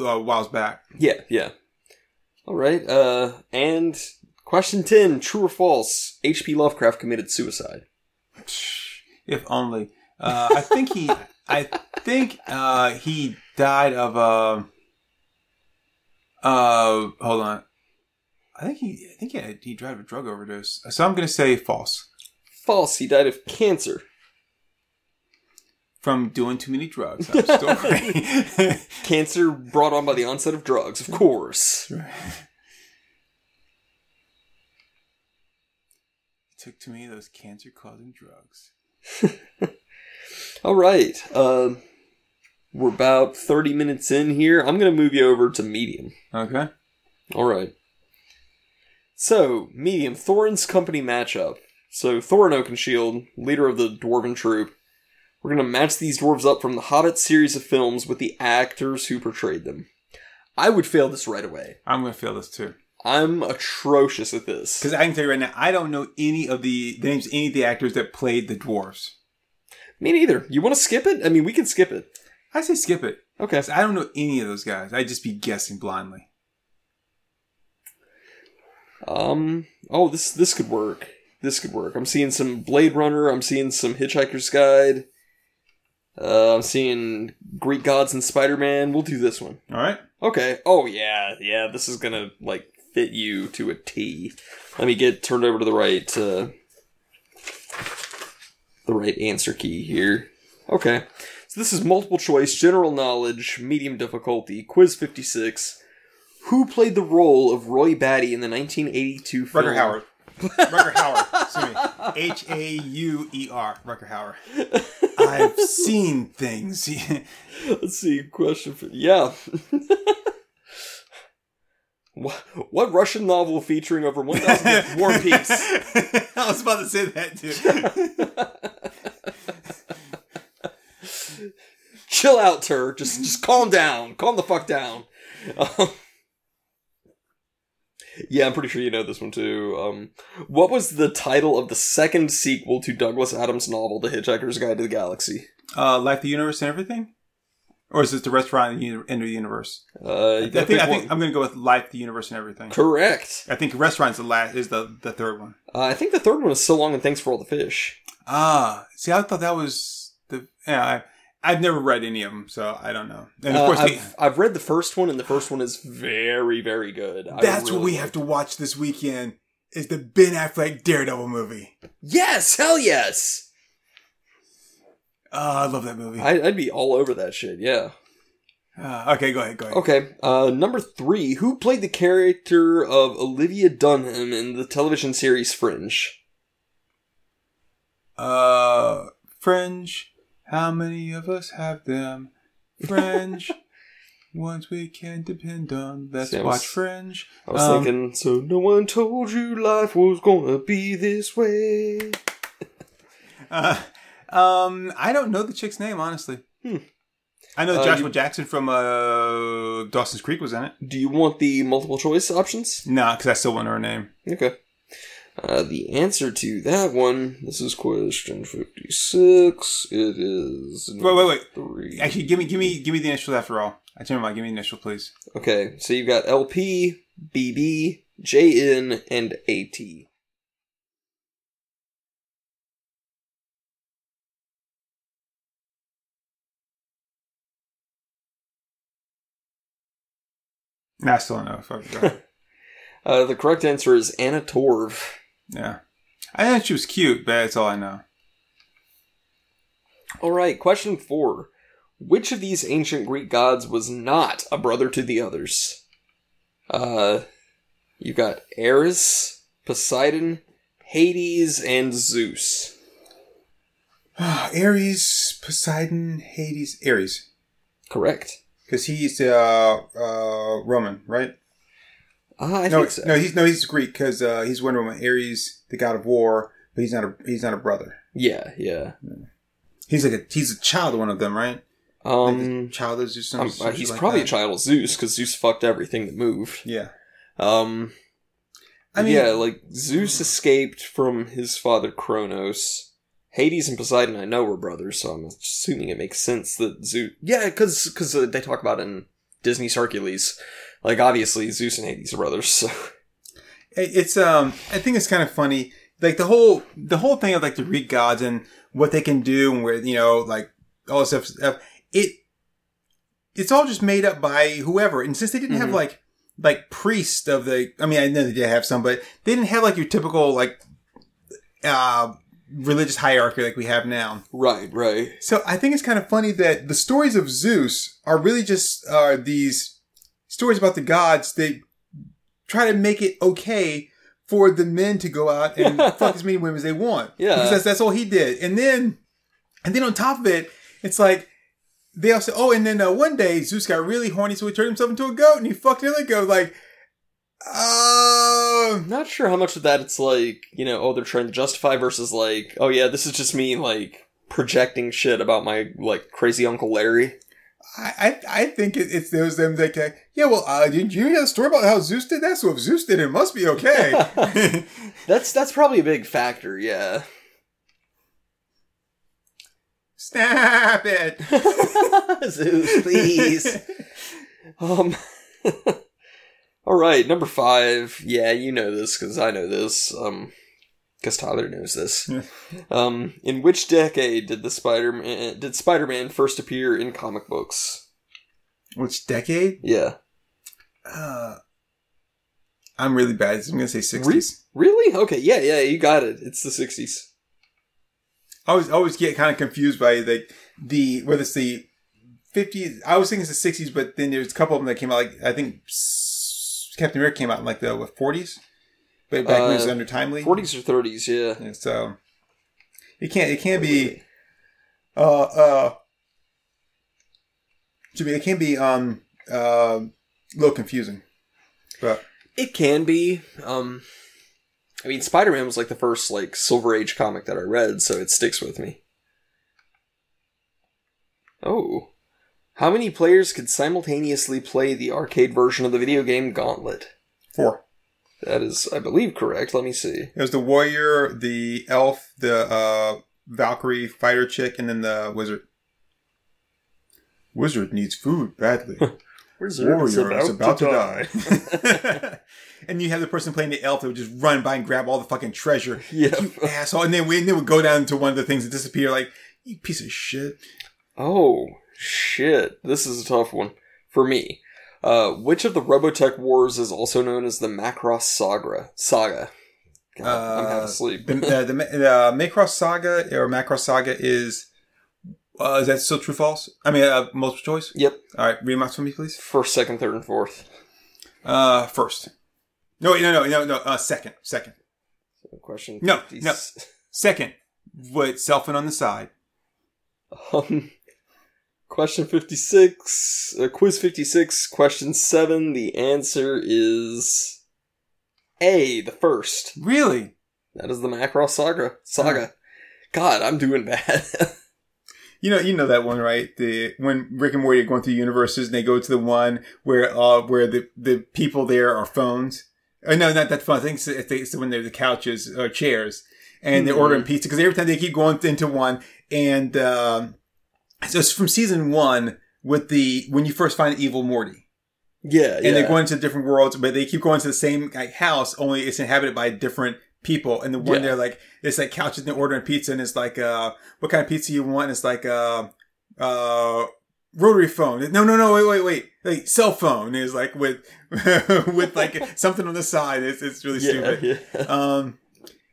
B: a whiles back.
A: Yeah, yeah. All right. Uh, and question ten: True or false? H.P. Lovecraft committed suicide.
B: If only. Uh, I think he. I think uh, he died of. Uh, uh, hold on. I think he. I think he, had, he died of a drug overdose. So I'm gonna say false
A: False. He died of cancer.
B: from doing too many drugs. I'm still right.
A: Cancer brought on by the onset of drugs, of course.
B: Took too many of those cancer-causing drugs.
A: All right. Uh, we're about 30 minutes in here. I'm going to move you over to medium.
B: Okay.
A: All right. So, medium, Thorin's company matchup. So, Thorin Oakenshield, leader of the Dwarven troop. We're going to match these dwarves up from the hottest series of films with the actors who portrayed them. I would fail this right away.
B: I'm gonna fail this too.
A: I'm atrocious at this.
B: Because I can tell you right now, I don't know any of the, the names, of any of the actors that played the dwarves.
A: Me neither. You want to skip it? I mean, we can skip it.
B: I say skip it.
A: Okay.
B: I don't know any of those guys. I'd just be guessing blindly.
A: Um. Oh, this this could work. This could work. I'm seeing some Blade Runner. I'm seeing some Hitchhiker's Guide. Uh, I'm seeing Greek gods and Spider Man. We'll do this one.
B: All right.
A: Okay. Oh yeah, yeah. This is gonna like fit you to a T. Let me get turned over to the right. Uh, the right answer key here. Okay. So this is multiple choice, general knowledge, medium difficulty, quiz 56. Who played the role of Roy Batty in the 1982 film?
B: Rucker Howard. Rucker Howard. Excuse me. H A U E R. Rucker Howard. I've seen things.
A: Let's see, question for yeah. What, what Russian novel featuring over 1,000 books? War Peace.
B: I was about to say that too.
A: Chill out, Tur.
B: Mm-hmm.
A: Just, just calm down. Calm the fuck down. Um, yeah, I'm pretty sure you know this one too. Um, what was the title of the second sequel to Douglas Adams' novel, The Hitchhiker's Guide to the Galaxy?
B: uh, Life, the universe, and everything, or is it the restaurant and the uni- end of the universe?
A: Uh,
B: I think, I think I'm going to go with Life, the universe, and everything.
A: correct.
B: I think restaurant's the last is the the third one.
A: Uh, I think the third one is So Long and Thanks for All the Fish.
B: Ah, see, I thought that was the yeah. I, I've never read any of them, so I don't know. And of
A: Uh,
B: course,
A: I've,
B: they,
A: I've read the first one, and the first one is very, very good. I
B: that's what
A: really
B: we have to watch this weekend is the Ben Affleck Daredevil movie.
A: Yes, hell yes.
B: Oh, I love that movie.
A: I, I'd be all over that shit. Yeah.
B: Ah, okay, go ahead, go ahead.
A: Okay. Uh, number three. Who played the character of Olivia Dunham in the television series Fringe?
B: Uh, Fringe. How many of us have them? Fringe. Ones we can depend on. Let's
A: See, I
B: watch
A: was-
B: Fringe.
A: I was
B: Um,
A: thinking. So no one told you life was gonna be this way.
B: Uh, um, I don't know the chick's name, honestly.
A: Hmm.
B: I know
A: Uh,
B: Joshua
A: you-
B: Jackson from uh, Dawson's Creek was in it.
A: Do you want the multiple choice options?
B: Nah, because I still want her name.
A: Okay. Uh, the answer to that one. This is question fifty-six. It is.
B: Wait, wait, wait.
A: Three.
B: Actually, give me, give me, give me the initials after all. I turn my give me the initial, please.
A: Okay, so you've got LP, BB, JN, and AT.
B: Nah, I still don't know if I forgot.
A: Uh, the correct answer is Anna Torv.
B: yeah, I know she was cute, but that's all I know.
A: All right, question four. Which of these ancient Greek gods was not a brother to the others? Uh, you've got Ares, Poseidon, Hades, and Zeus.
B: Ares, Poseidon, Hades, Ares,
A: Correct.
B: because he's uh, uh, Roman, right?
A: Ah, I
B: no,
A: think so.
B: no, he's no, he's Greek because uh, he's Wonder Woman. Ares, the god of war, but he's not a he's not a brother.
A: Yeah, yeah.
B: He's like a he's a child of one of them, right? Like a
A: Um,
B: child is just some,
A: I'm-
B: some shit
A: he's
B: like
A: probably
B: that.
A: a child of Zeus because Zeus fucked everything that moved.
B: Yeah,
A: Um,
B: I mean,
A: yeah, like Zeus escaped from his father Kronos. Hades and Poseidon, I know, were brothers, so I'm assuming it makes sense that Zeus. Yeah, because because uh, they talk about it in Disney's Hercules, like obviously Zeus and Hades are brothers. So
B: it- it's um. I think it's kind of funny, like the whole the whole thing of like the Greek gods and what they can do and where you know like all this stuff. stuff it it's all just made up by whoever, and since they didn't have
A: Mhm.
B: like like priests of the. I mean, I know they did have some, but they didn't have like your typical like uh religious hierarchy like we have now.
A: right, right,
B: So I think it's kind of funny that the stories of Zeus are really just are these stories about the gods that try to make it okay for the men to go out and fuck as many women as they want.
A: Yeah.
B: because that's, that's all he did. And then, and then on top of it, it's like they also oh, and then uh, one day Zeus got really horny, so he turned himself into a goat and he fucked another goat. Like, oh,
A: I'm not sure how much of that it's like you know, oh, they're trying to justify versus like, oh yeah, this is just me like projecting shit about my like crazy uncle Larry.
B: I, I, I think it, it's those them that can, yeah, well, uh, did you hear the story about how Zeus did that? So if Zeus did it, it must be okay.
A: That's that's probably a big factor. Yeah.
B: Snap it.
A: Zeus, please. Um. all right, number five. Yeah, you know this because I know this. Um, because Tyler knows this.
B: Yeah.
A: um, in which decade did the Spider Man did Spider Man first appear in comic books?
B: Which decade?
A: Yeah,
B: Uh, I'm really bad. I'm going to say 60s.
A: really? Okay, yeah, yeah, you got it. It's the sixties.
B: I always, I always get kind of confused by like the, whether it's the 50s. I was thinking it's the 60s, but then there's a couple of them that came out like, I think s- Captain America came out in like the what, 40s. But back when it was
A: Uh,
B: under Timely.
A: Forties or thirties? Yeah.
B: Yeah, so it can't, it can't be. uh, uh, to me, it can be um, uh, a little confusing. but
A: It can be. Um, I mean, Spider Man was like the first like Silver Age comic that I read, so it sticks with me. Oh, how many players could simultaneously play the arcade version of the video game Gauntlet?
B: four.
A: That is, I believe, correct. Let me see.
B: It was the warrior, the elf, the uh, Valkyrie fighter chick, and then the wizard. Wizard needs food badly.
A: Where's
B: warrior is about to, die. and you have the person playing the elf that would just run by and grab all the fucking treasure.
A: Yep.
B: You asshole. And then we and then would go down to one of the things and disappear like, you piece of shit.
A: Oh, shit. This is a tough one. For me. Uh, which of the Robotech Wars is also known as the Macross Saga? Saga. God, I'm half
B: Uh,
A: asleep.
B: The, the, the, the Macross Saga or Macross Saga is. Uh, is that still true false? I mean, uh, multiple choice?
A: Yep.
B: All right, read my for me, please.
A: First, second, third, and fourth.
B: Uh, first. No, wait, no, no, no, no. Uh, second, second,
A: Question.
B: No,
A: 50
B: no. second. With selfing on the side.
A: Um, question 56, uh, quiz 56, question 7. The answer is A, the first.
B: Really?
A: That is the Macross Saga.
B: Hmm.
A: Saga. God, I'm doing bad.
B: You know, you know that one, right? The when Rick and Morty are going through universes, and they go to the one where uh, where the the people there are phones. Oh no, not that phone. I think it's, it's, the- it's when they're the couches or chairs, and they're
A: Hmm.
B: ordering pizza because every time they keep going into one, and um, so it's from season one with the when you first find evil Morty.
A: yeah, yeah.
B: and they're going to different worlds, but they keep going to the same like, house, only it's inhabited by different people. And the one
A: Yeah.
B: they're like, it's like couches and they're ordering pizza, and it's like, uh, what kind of pizza you want? And it's like, uh, uh, rotary phone. No, no, no, wait, wait, wait, like cell phone is like with with like something on the side. It's it's really
A: yeah,
B: stupid.
A: yeah.
B: Um,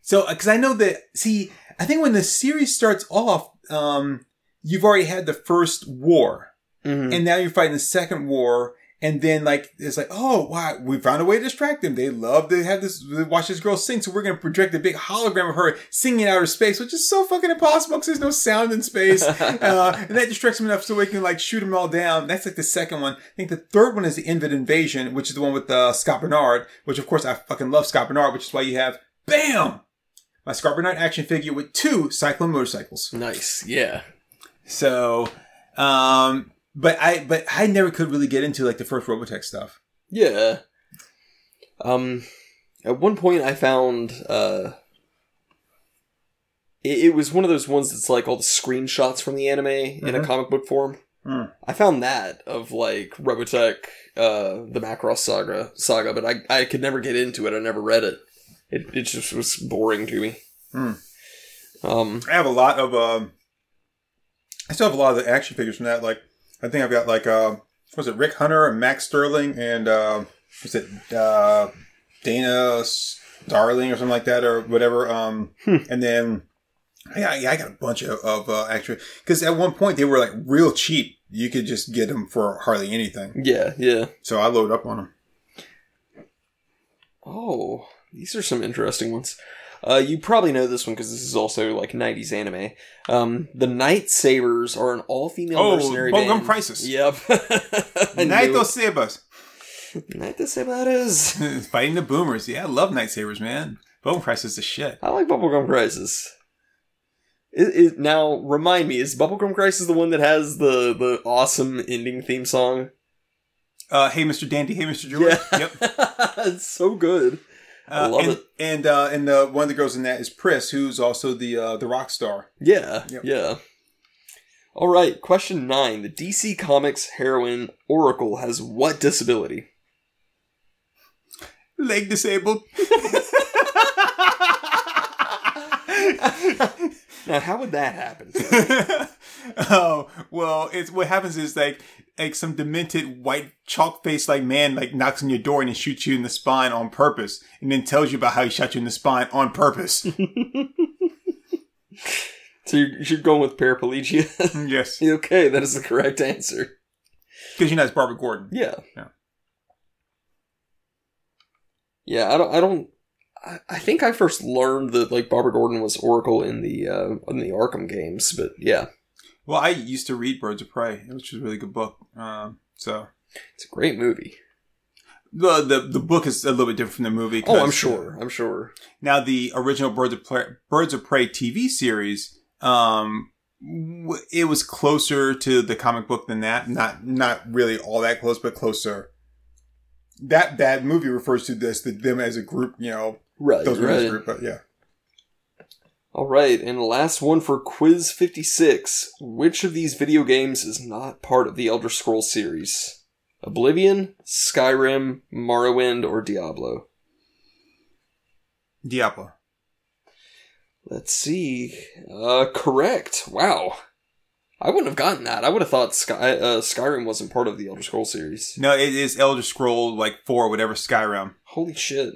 B: so because I know that, see, I think when the series starts off, um, you've already had the first war
A: Mhm.
B: and now you're fighting the second war and then like it's like oh wow we found a way to distract them they love to have this watch this girl sing so we're going to project a big hologram of her singing in outer space which is so fucking impossible because there's no sound in space uh, and that distracts them enough so we can like shoot them all down that's like the second one i think the third one is the invid invasion which is the one with uh, scott bernard which of course i fucking love scott bernard which is why you have bam my scott bernard action figure with two cyclone motorcycles
A: Nice, yeah.
B: so, um, but I but I never could really get into like the first Robotech stuff.
A: Yeah. Um at one point I found uh it, it was one of those ones that's like all the screenshots from the anime in a
B: Mhm.
A: comic book form.
B: Mm.
A: I found that of like Robotech, uh the Macross saga saga, but I I could never get into it. I never read it. It it just was boring to me.
B: Hmm.
A: Um
B: I have a lot of um, I still have a lot of the action figures from that. Like I think I've got like um, was it Rick Hunter and Max Sterling and um was it uh, Dana Starling or something like that or whatever. Um,
A: Hmm.
B: and then yeah, yeah, I got a bunch of, of uh, action because at one point they were like real cheap. You could just get them for hardly anything.
A: yeah, yeah.
B: So I load up on them.
A: Oh, these are some interesting ones. Uh, you probably know this one because this is also like '90s anime. Um, the Night Sabers are an all-female
B: Oh,
A: mercenary
B: Bubblegum
A: band.
B: Crisis.
A: Yep. I knew
B: Night
A: it.
B: those sabers.
A: Night the Sabers.
B: Fighting the boomers. Yeah, I love Night Sabers, man. Bone Price is the shit.
A: I like Bubblegum Crisis. It, it, now remind me, is Bubblegum Crisis the one that has the the awesome ending theme song?
B: Uh, hey, Mr. Dandy. Hey, Mr. Jewel. Yep.
A: it's so good. I
B: Uh,
A: love
B: and,
A: it.
B: And uh, and uh, one of the girls in that is Pris, who's also the uh, the rock star.
A: Yeah,
B: Yep.
A: yeah. All right, question nine. The DC Comics heroine Oracle has what disability?
B: Leg disabled.
A: Now, how would that happen?
B: oh well, it's what happens is like like some demented white chalk faced like man like knocks on your door and he shoots you in the spine on purpose, and then tells you about how he shot you in the spine on purpose.
A: so you're, you're going with paraplegia?
B: yes,
A: okay, that is the correct answer.
B: because you know it's Barbara Gordon.
A: Yeah.
B: Yeah.
A: Yeah, I don't. I don't. I, I think I first learned that like Barbara Gordon was Oracle in the uh, in the Arkham games, but yeah,
B: Well, I used to read Birds of Prey, which is a really good book. Um, so,
A: it's a great movie.
B: the the the book is a little bit different from the movie. 'cause-
A: Oh, I'm
B: uh,
A: sure. I'm sure.
B: Now, the original Birds of Prey, Birds of Prey TV series, um, w- it was closer to the comic book than that. Not not really all that close, but closer. That that movie refers to this to them as a group. You know,
A: Right.
B: those were as a
A: right.
B: group, but yeah.
A: All right, and last one for quiz 56. Which of these video games is not part of the Elder Scrolls series? Oblivion, Skyrim, Morrowind, or Diablo?
B: Diablo.
A: Let's see. Uh, correct. Wow. I wouldn't have gotten that. I would have thought Sky, uh, Skyrim wasn't part of the Elder Scrolls series.
B: No, it is Elder Scroll like four, whatever Skyrim.
A: Holy shit.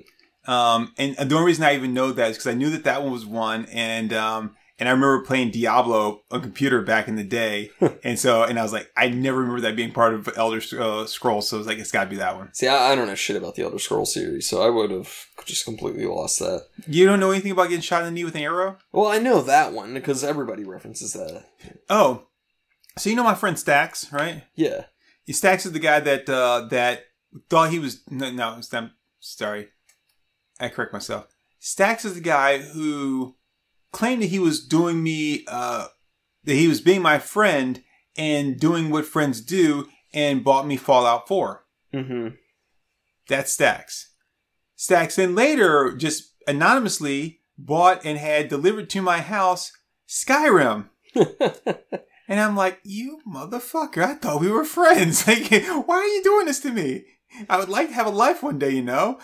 B: Um, and the only reason I even know that is because I knew that that one was one, and um, and I remember playing Diablo on computer back in the day, and so and I was like, I never remember that being part of Elder uh, Scrolls, so I was like, it's got to be that one.
A: See, I, I don't know shit about the Elder Scrolls series, so I would have just completely lost that.
B: You don't know anything about getting shot in the knee with an arrow?
A: Well, I know that one because everybody references that.
B: Oh, so you know my friend Stacks, right?
A: Yeah.
B: Stacks is the guy that uh, that thought he was no, no, it's not, sorry, I correct myself. Stacks is the guy who claimed that he was doing me, uh, that he was being my friend and doing what friends do, and bought me Fallout Four.
A: hmm.
B: That's Stacks. Stacks then later just anonymously bought and had delivered to my house Skyrim. And I'm like, you motherfucker, I thought we were friends. Like, why are you doing this to me? I would like to have a life one day, you know?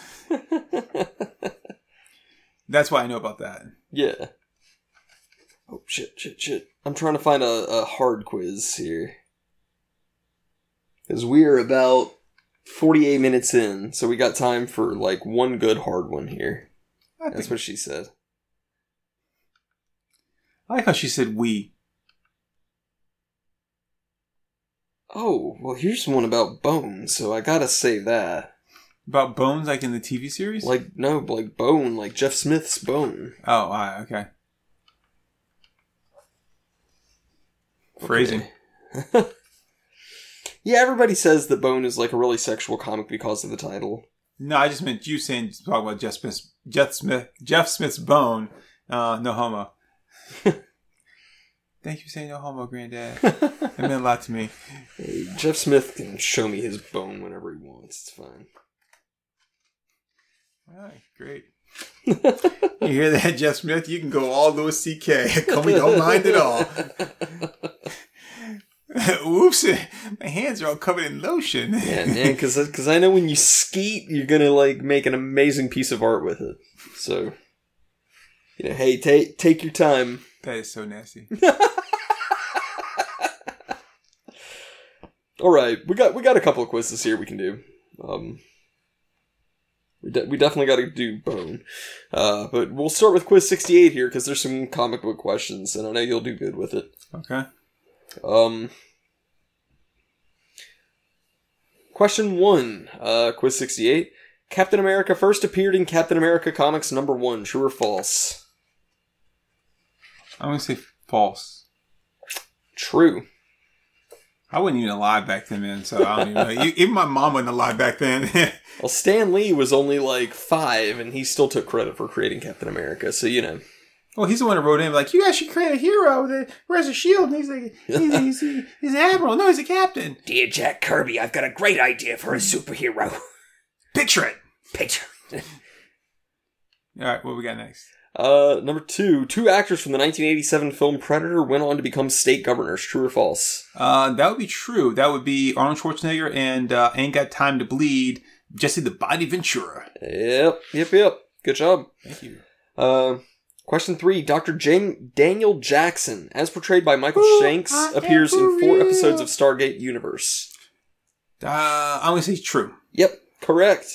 B: That's why I know about that.
A: Yeah. Oh shit, shit, shit. I'm trying to find a, a hard quiz here. Because we are about 48 minutes in, so we got time for like one good hard one here.
B: I,
A: That's
B: think,
A: what she said.
B: I like how she said we.
A: Oh, well, here's one about bones, so I gotta say that.
B: About bones, like in the TV series?
A: Like, no, like bone, like Jeff Smith's bone.
B: oh, I, okay. Phrasing.
A: Okay. yeah, everybody says that bone is like a really sexual comic because of the title.
B: No, I just meant you saying, talking about Jeff Smith's, Jeff Smith, Jeff Smith's bone. Uh, no homo. Thank you for saying no homo, granddad. It meant a lot to me.
A: Hey, Jeff Smith can show me his bone whenever he wants. It's fine.
B: All right, great. you hear that, Jeff Smith? You can go all Louis C.K. Come, we don't mind at all. Oops, my hands are all covered in lotion.
A: Yeah, man, because I know when you skeet, you're gonna like make an amazing piece of art with it. So, you know, hey, take take your time.
B: That is so nasty.
A: All right, we got we got a couple of quizzes here we can do. Um, we de- we definitely got to do bone, uh, but we'll start with quiz sixty eight here because there's some comic book questions, and I know you'll do good with it.
B: Okay.
A: Um, question one, uh, quiz 68. Captain America first appeared in Captain America Comics number one, true or false?
B: I'm going to say false.
A: True.
B: I wasn't even alive back then, man, so I don't even know. You, even my mom wasn't alive back then.
A: Well, Stan Lee was only like five, and he still took credit for creating Captain America, so you know.
B: Well, he's the one who wrote in like, "You guys should create a hero that wears a shield." And he's like, "He's, he's, he's an admiral. No, he's a captain."
C: Dear Jack Kirby, I've got a great idea for a superhero.
B: Picture it.
C: Picture.
B: All right, what we got next?
A: Uh, number two, two actors from the 1987 film Predator went on to become state governors, true or false?
B: Uh, that would be true. That would be Arnold Schwarzenegger and uh, "Ain't Got Time to Bleed." Jesse the Body Ventura.
A: Yep, yep, yep. Good job.
B: Thank you.
A: Uh, question three: Doctor Jan- Daniel Jackson, as portrayed by Michael
B: Ooh,
A: Shanks,
B: I am
A: appears in
B: for
A: four
B: real.
A: episodes of Stargate Universe.
B: Uh, I'm gonna say true.
A: Yep, correct.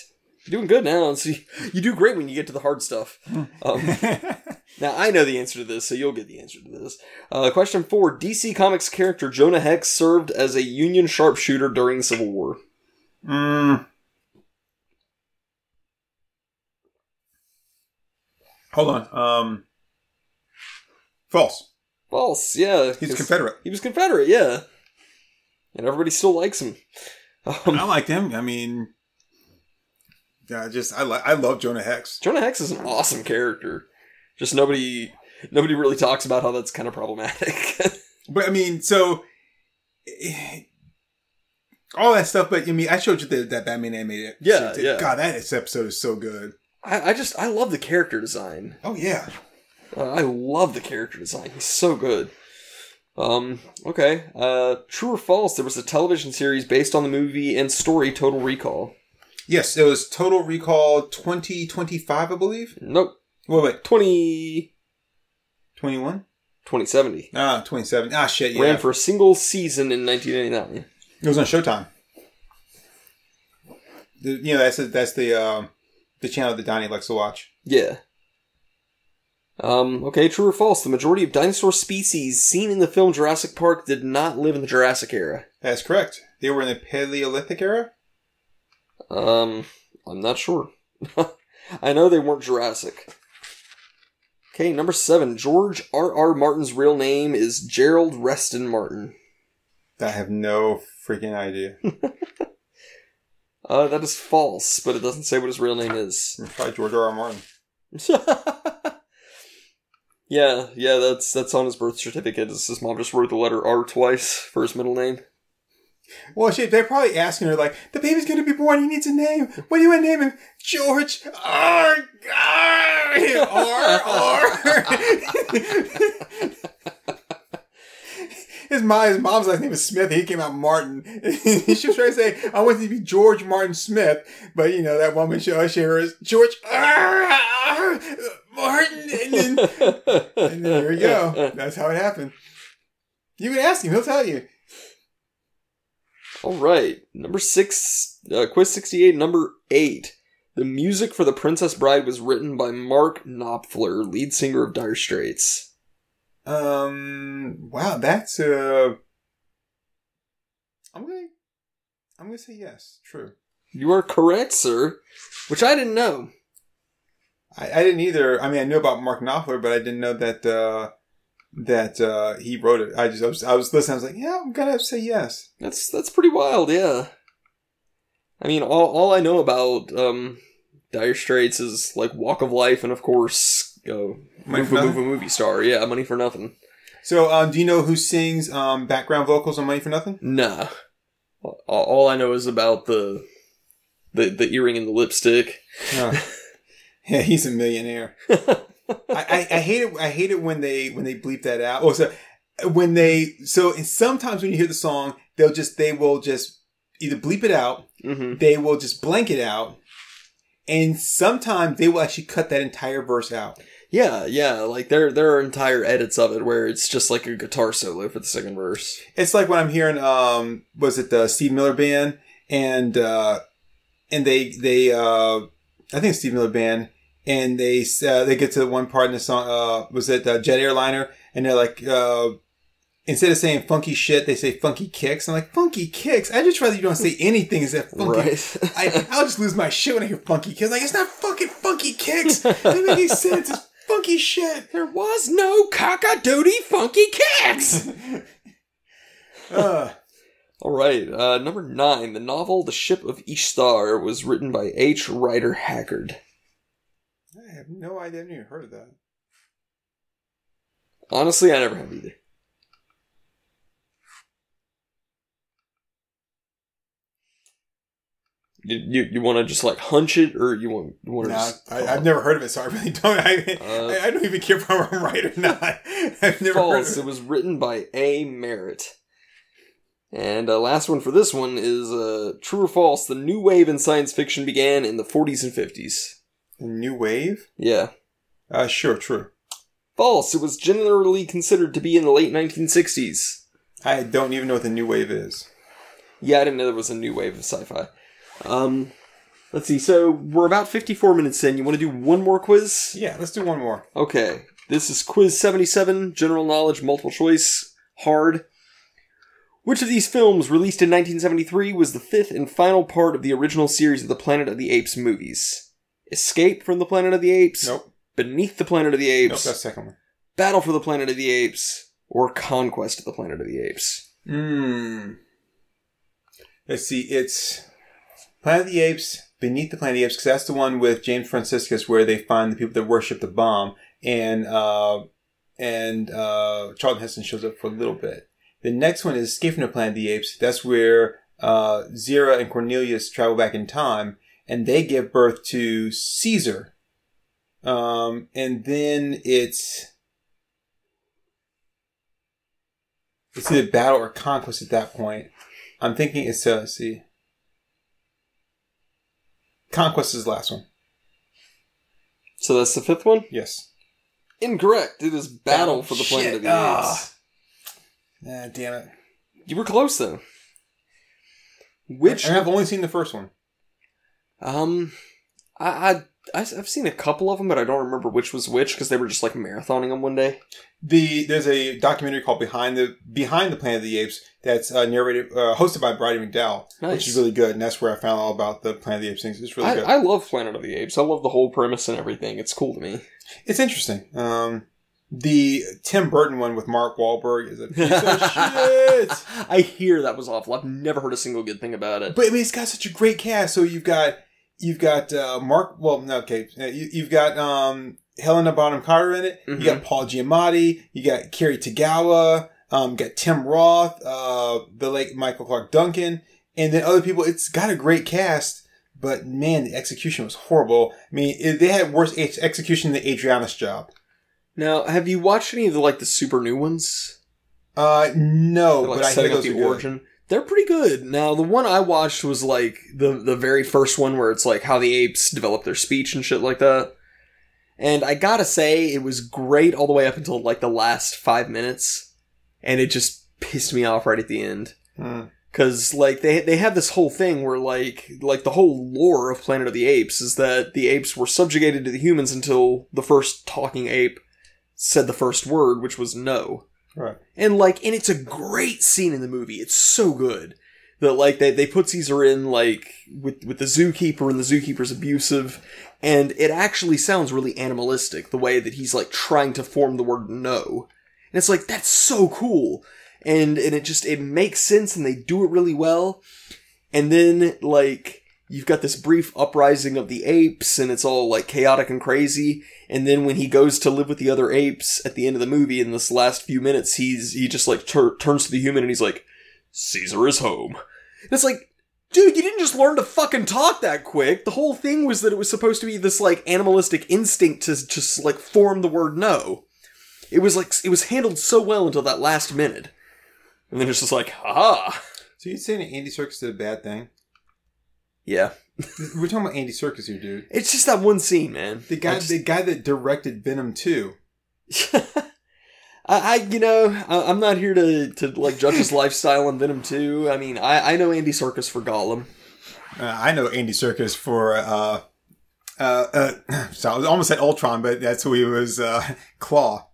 A: You're doing good now. So you, you do great when you get to the hard stuff. Um, now I know the answer to this, so you'll get the answer to this. Uh, question four: DC Comics character Jonah Hex served as a Union sharpshooter during the Civil War.
B: Mm. Hold on. Um, false.
A: False. Yeah,
B: He's a
A: 'cause
B: Confederate.
A: He was Confederate. Yeah, and everybody still likes him. Um,
B: I liked him. I mean, Yeah, I just I like I love Jonah Hex.
A: Jonah Hex is an awesome character. Just nobody nobody really talks about how that's kind of problematic.
B: But I mean, so eh, all that stuff. But I mean, I showed you the, that Batman animated.
A: Yeah,
B: shit.
A: yeah.
B: God, that is- episode is so good.
A: I, I just I love the character design.
B: Oh yeah.
A: Uh, I love the character design. He's so good. Um, okay. Uh, true or false? There was a television series based on the movie and story Total Recall.
B: Yes, it was Total Recall twenty twenty five, I believe.
A: Nope.
B: Wait, wait,
A: 20,
B: twenty one?
A: 2070.
B: Ah, twenty seven. Ah, shit. Yeah,
A: Ran for a single season in 1989.
B: it was on Showtime. The, you know, that's the, that's the um the channel that Donnie likes to watch.
A: Yeah. Um, okay, true or false? The majority of dinosaur species seen in the film Jurassic Park did not live in the Jurassic era.
B: That's correct. They were in the Paleolithic era.
A: Um, I'm not sure. I know they weren't Jurassic. Okay, number seven. George R. R. Martin's real name is Gerald Reston Martin.
B: I have no freaking idea.
A: Uh, that is false, but it doesn't say what his real name is.
B: Probably George R. R. Martin.
A: yeah, yeah, that's that's on his birth certificate. Is his mom just wrote the letter R twice for his middle name?
B: Well, shit, they're probably asking her, like, the baby's gonna be born, he needs a name. What do you want to name him? George R. R. R. R. His, mom, his mom's last name is Smith. He came out Martin. she was trying to say, I want it to be George Martin Smith. But, you know, that woman, she, she is George R. R. Martin. And then, and there you go. That's how it happened. You can ask him. He'll tell you.
A: All right, number six, uh, quiz sixty-eight, number eight. The music for The Princess Bride was written by Mark Knopfler, lead singer of Dire Straits.
B: Um. Wow, that's uh. I'm gonna, I'm gonna say yes. True.
A: You are correct, sir. Which I didn't know.
B: I, I didn't either. I mean, I knew about Mark Knopfler, but I didn't know that uh, that uh, he wrote it. I just I was, I was listening. I was like, yeah, I'm gonna say yes.
A: That's that's pretty wild, yeah. I mean, all all I know about um, Dire Straits is like Walk of Life, and of course, go
B: Money
A: move
B: for
A: a move a
B: Nothing?
A: movie star. Yeah, Money for Nothing.
B: So, um, do you know who sings um background vocals on Money for Nothing?
A: Nah, all, all I know is about the the the earring and the lipstick.
B: Oh. yeah, he's a millionaire. I, I, I hate it. I hate it when they when they bleep that out. Oh, so when they so and sometimes when you hear the song, they'll just they will just either bleep it out,
A: Mm-hmm.
B: they will just blank it out, and sometimes they will actually cut that entire verse out.
A: Yeah, yeah. Like there, there are entire edits of it where it's just like a guitar solo for the second verse.
B: It's like when I'm hearing, um, was it the Steve Miller Band and uh, and they they uh, I think it's Steve Miller Band and they uh, they get to the one part in the song uh, was it uh, Jet Airliner and they're like uh, instead of saying funky shit they say funky kicks I'm like funky kicks I just rather you don't say anything except funky.
A: Right.
B: I, I'll just lose my shit when I hear funky kicks. Like, it's not fucking funky kicks. It doesn't make any sense. It's funky shit.
A: there was no cockadoodie funky kicks.
B: Uh,
A: All right, uh, number nine. The novel "The Ship of Ishtar" was written by H. Rider Haggard.
B: I have no idea. I haven't even heard of that.
A: Honestly, I never have either. You you, you want to just like hunch it, or you want you want to?
B: No,
A: just
B: I, I've never heard of it, so I really don't. I, I, I don't even care if I'm right or not. I've never heard
A: False.
B: of
A: It
B: it.
A: was written by A. Merritt. And uh, last one for this one is uh, true or false? The new wave in science fiction began in the 40s and 50s.
B: New wave?
A: Yeah.
B: Uh, sure, true.
A: False. It was generally considered to be in the late 1960s.
B: I don't even know what the new wave is.
A: Yeah, I didn't know there was a new wave of sci-fi. Um, let's see. So we're about 54 minutes in. You want to do one more quiz?
B: Yeah, let's do one more.
A: Okay. This is quiz 77, general knowledge, multiple choice, hard. Which of these films, released in 1973, was the fifth and final part of the original series of the Planet of the Apes movies? Escape from the Planet of the Apes,
B: Nope,
A: Beneath the Planet of the
B: nope,
A: Apes,
B: that's the second one.
A: Battle for the Planet of the Apes, or Conquest of the Planet of the Apes?
B: Hmm. Let's see. It's Planet of the Apes, Beneath the Planet of the Apes because that's the one with James Franciscus where they find the people that worship the bomb and uh, and uh, Charlton Heston shows up for a little bit. The next one is Escape from the Planet of the Apes. That's where uh, Zira and Cornelius travel back in time and they give birth to Caesar. Um, and then it's it's either battle or conquest at that point. I'm thinking it's uh, let's see. Conquest is the last one.
A: So that's the fifth one?
B: Yes.
A: Incorrect. It is Battle for the
B: Shit.
A: Planet of the
B: Ah.
A: Apes.
B: Ah, damn it.
A: You were close though.
B: Which
A: Which
B: I've only seen the first one.
A: um, I, I I have seen a couple of them, but I don't remember which was which because they were just like marathoning them one day.
B: The there's a documentary called Behind the Behind the Planet of the Apes that's uh, narrated uh, hosted by Bridie McDowell, which
A: Nice.
B: is really good, and that's where I found all about the Planet of the Apes things. It's really
A: I,
B: good.
A: I love Planet of the Apes. I love the whole premise and everything. It's cool to me.
B: It's interesting. Um, the Tim Burton one with Mark Wahlberg is a piece of shit.
A: I hear that was awful. I've never heard a single good thing about it.
B: But I mean, it's got such a great cast. So you've got you've got uh, Mark. Well, no, okay. Uh, You, you've got um, Helena Bonham Carter in it.
A: Mhm.
B: You got Paul Giamatti. You got Kerry Tagawa. Um, you got Tim Roth. Uh, the late Michael Clark Duncan, and then other people. It's got a great cast. But man, the execution was horrible. I mean, it, they had worse ex- execution than Adriana's job.
A: Now, have you watched any of the like the super new ones?
B: Uh, no,
A: They're, like
B: but I
A: setting
B: think
A: up
B: those
A: the
B: are good.
A: origin. They're pretty good. Now, the one I watched was like the the very first one where it's like how the apes develop their speech and shit like that. And I gotta say, it was great all the way up until like the last five minutes, and it just pissed me off right at the end
B: Hmm.
A: because like they they have this whole thing where like like the whole lore of Planet of the Apes is that the apes were subjugated to the humans until the first talking ape said the first word, which was no.
B: Right.
A: And like, and it's a great scene in the movie. It's so good that like they they put Caesar in like with with the zookeeper and the zookeeper's abusive, and it actually sounds really animalistic the way that he's like trying to form the word no, and it's like that's so cool, and and it just it makes sense and they do it really well, and then like. You've got this brief uprising of the apes, and it's all like chaotic and crazy and then when he goes to live with the other apes at the end of the movie in this last few minutes he's he just like tur- turns to the human and he's like caesar is home and it's like dude you didn't just learn to fucking talk that quick the whole thing was that it was supposed to be this like animalistic instinct to just like form the word no it was like it was handled so well until that last minute and then it's just like ah
B: So you'd say that Andy Circus did a bad thing?
A: yeah
B: We're talking about Andy Circus here, dude.
A: it's just that one scene man
B: The guy,
A: I just-
B: the guy that directed Venom Two.
A: I, I you know, I, I'm not here to, to like judge his lifestyle on Venom 2. I mean, I, I know Andy Serkis for Gollum.
B: Uh, I know Andy Circus for. Uh, uh, uh, so I was almost at Ultron, but that's who he was. Uh, Claw,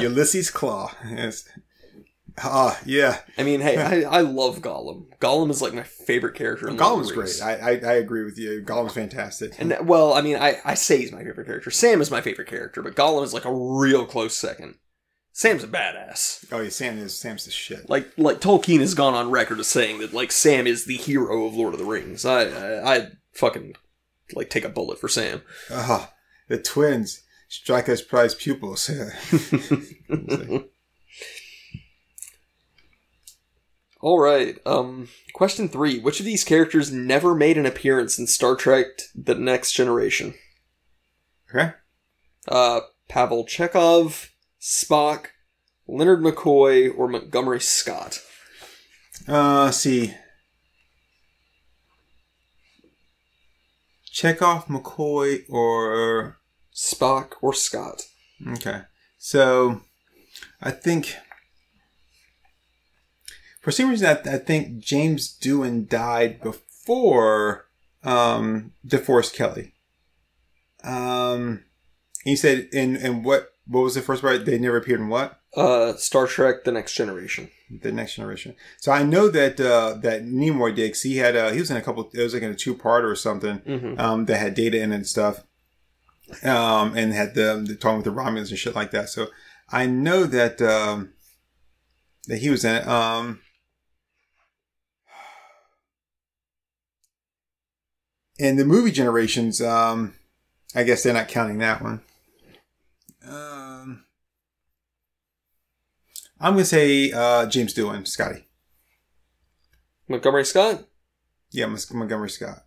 B: Ulysses Claw. Yes. Ah, yeah.
A: I mean, hey, I, I love Gollum. Gollum is like my favorite character. In Lord of
B: Gollum's
A: the
B: great.
A: Rings.
B: I, I I agree with you. Gollum's fantastic.
A: and well, I mean, I, I say he's my favorite character. Sam is my favorite character, but Gollum is like a real close second. Sam's a badass.
B: oh yeah, Sam is Sam's the shit.
A: Like like Tolkien has gone on record as saying that like Sam is the hero of Lord of the Rings. I I, I fucking like take a bullet for Sam.
B: Ah, the twins strike as prized pupils.
A: All right. Um, question three: Which of these characters never made an appearance in Star Trek: The Next Generation?
B: okay.
A: Uh, Pavel Chekhov, Spock, Leonard McCoy, or Montgomery Scott?
B: Uh, let's see. Chekhov, McCoy, or
A: Spock or Scott?
B: Okay. So I think for some reason I, I think James Doohan died before um DeForest Kelly. Um and you said in and what what was the first part? They never appeared in what?
A: Uh, Star Trek: The Next Generation.
B: The next generation. So I know that uh that Nimoy did 'cause he had uh he was in a couple it was like in a two part or something
A: hmm
B: um, that had data in it and stuff, um, and had the, the talking with the Romulans and shit like that. So I know that um, that he was in it. Um, And the movie generations, um, I guess they're not counting that one. Um, I'm gonna say uh, James Doohan, Scotty.
A: Montgomery Scott?
B: Yeah, Mus- Montgomery Scott.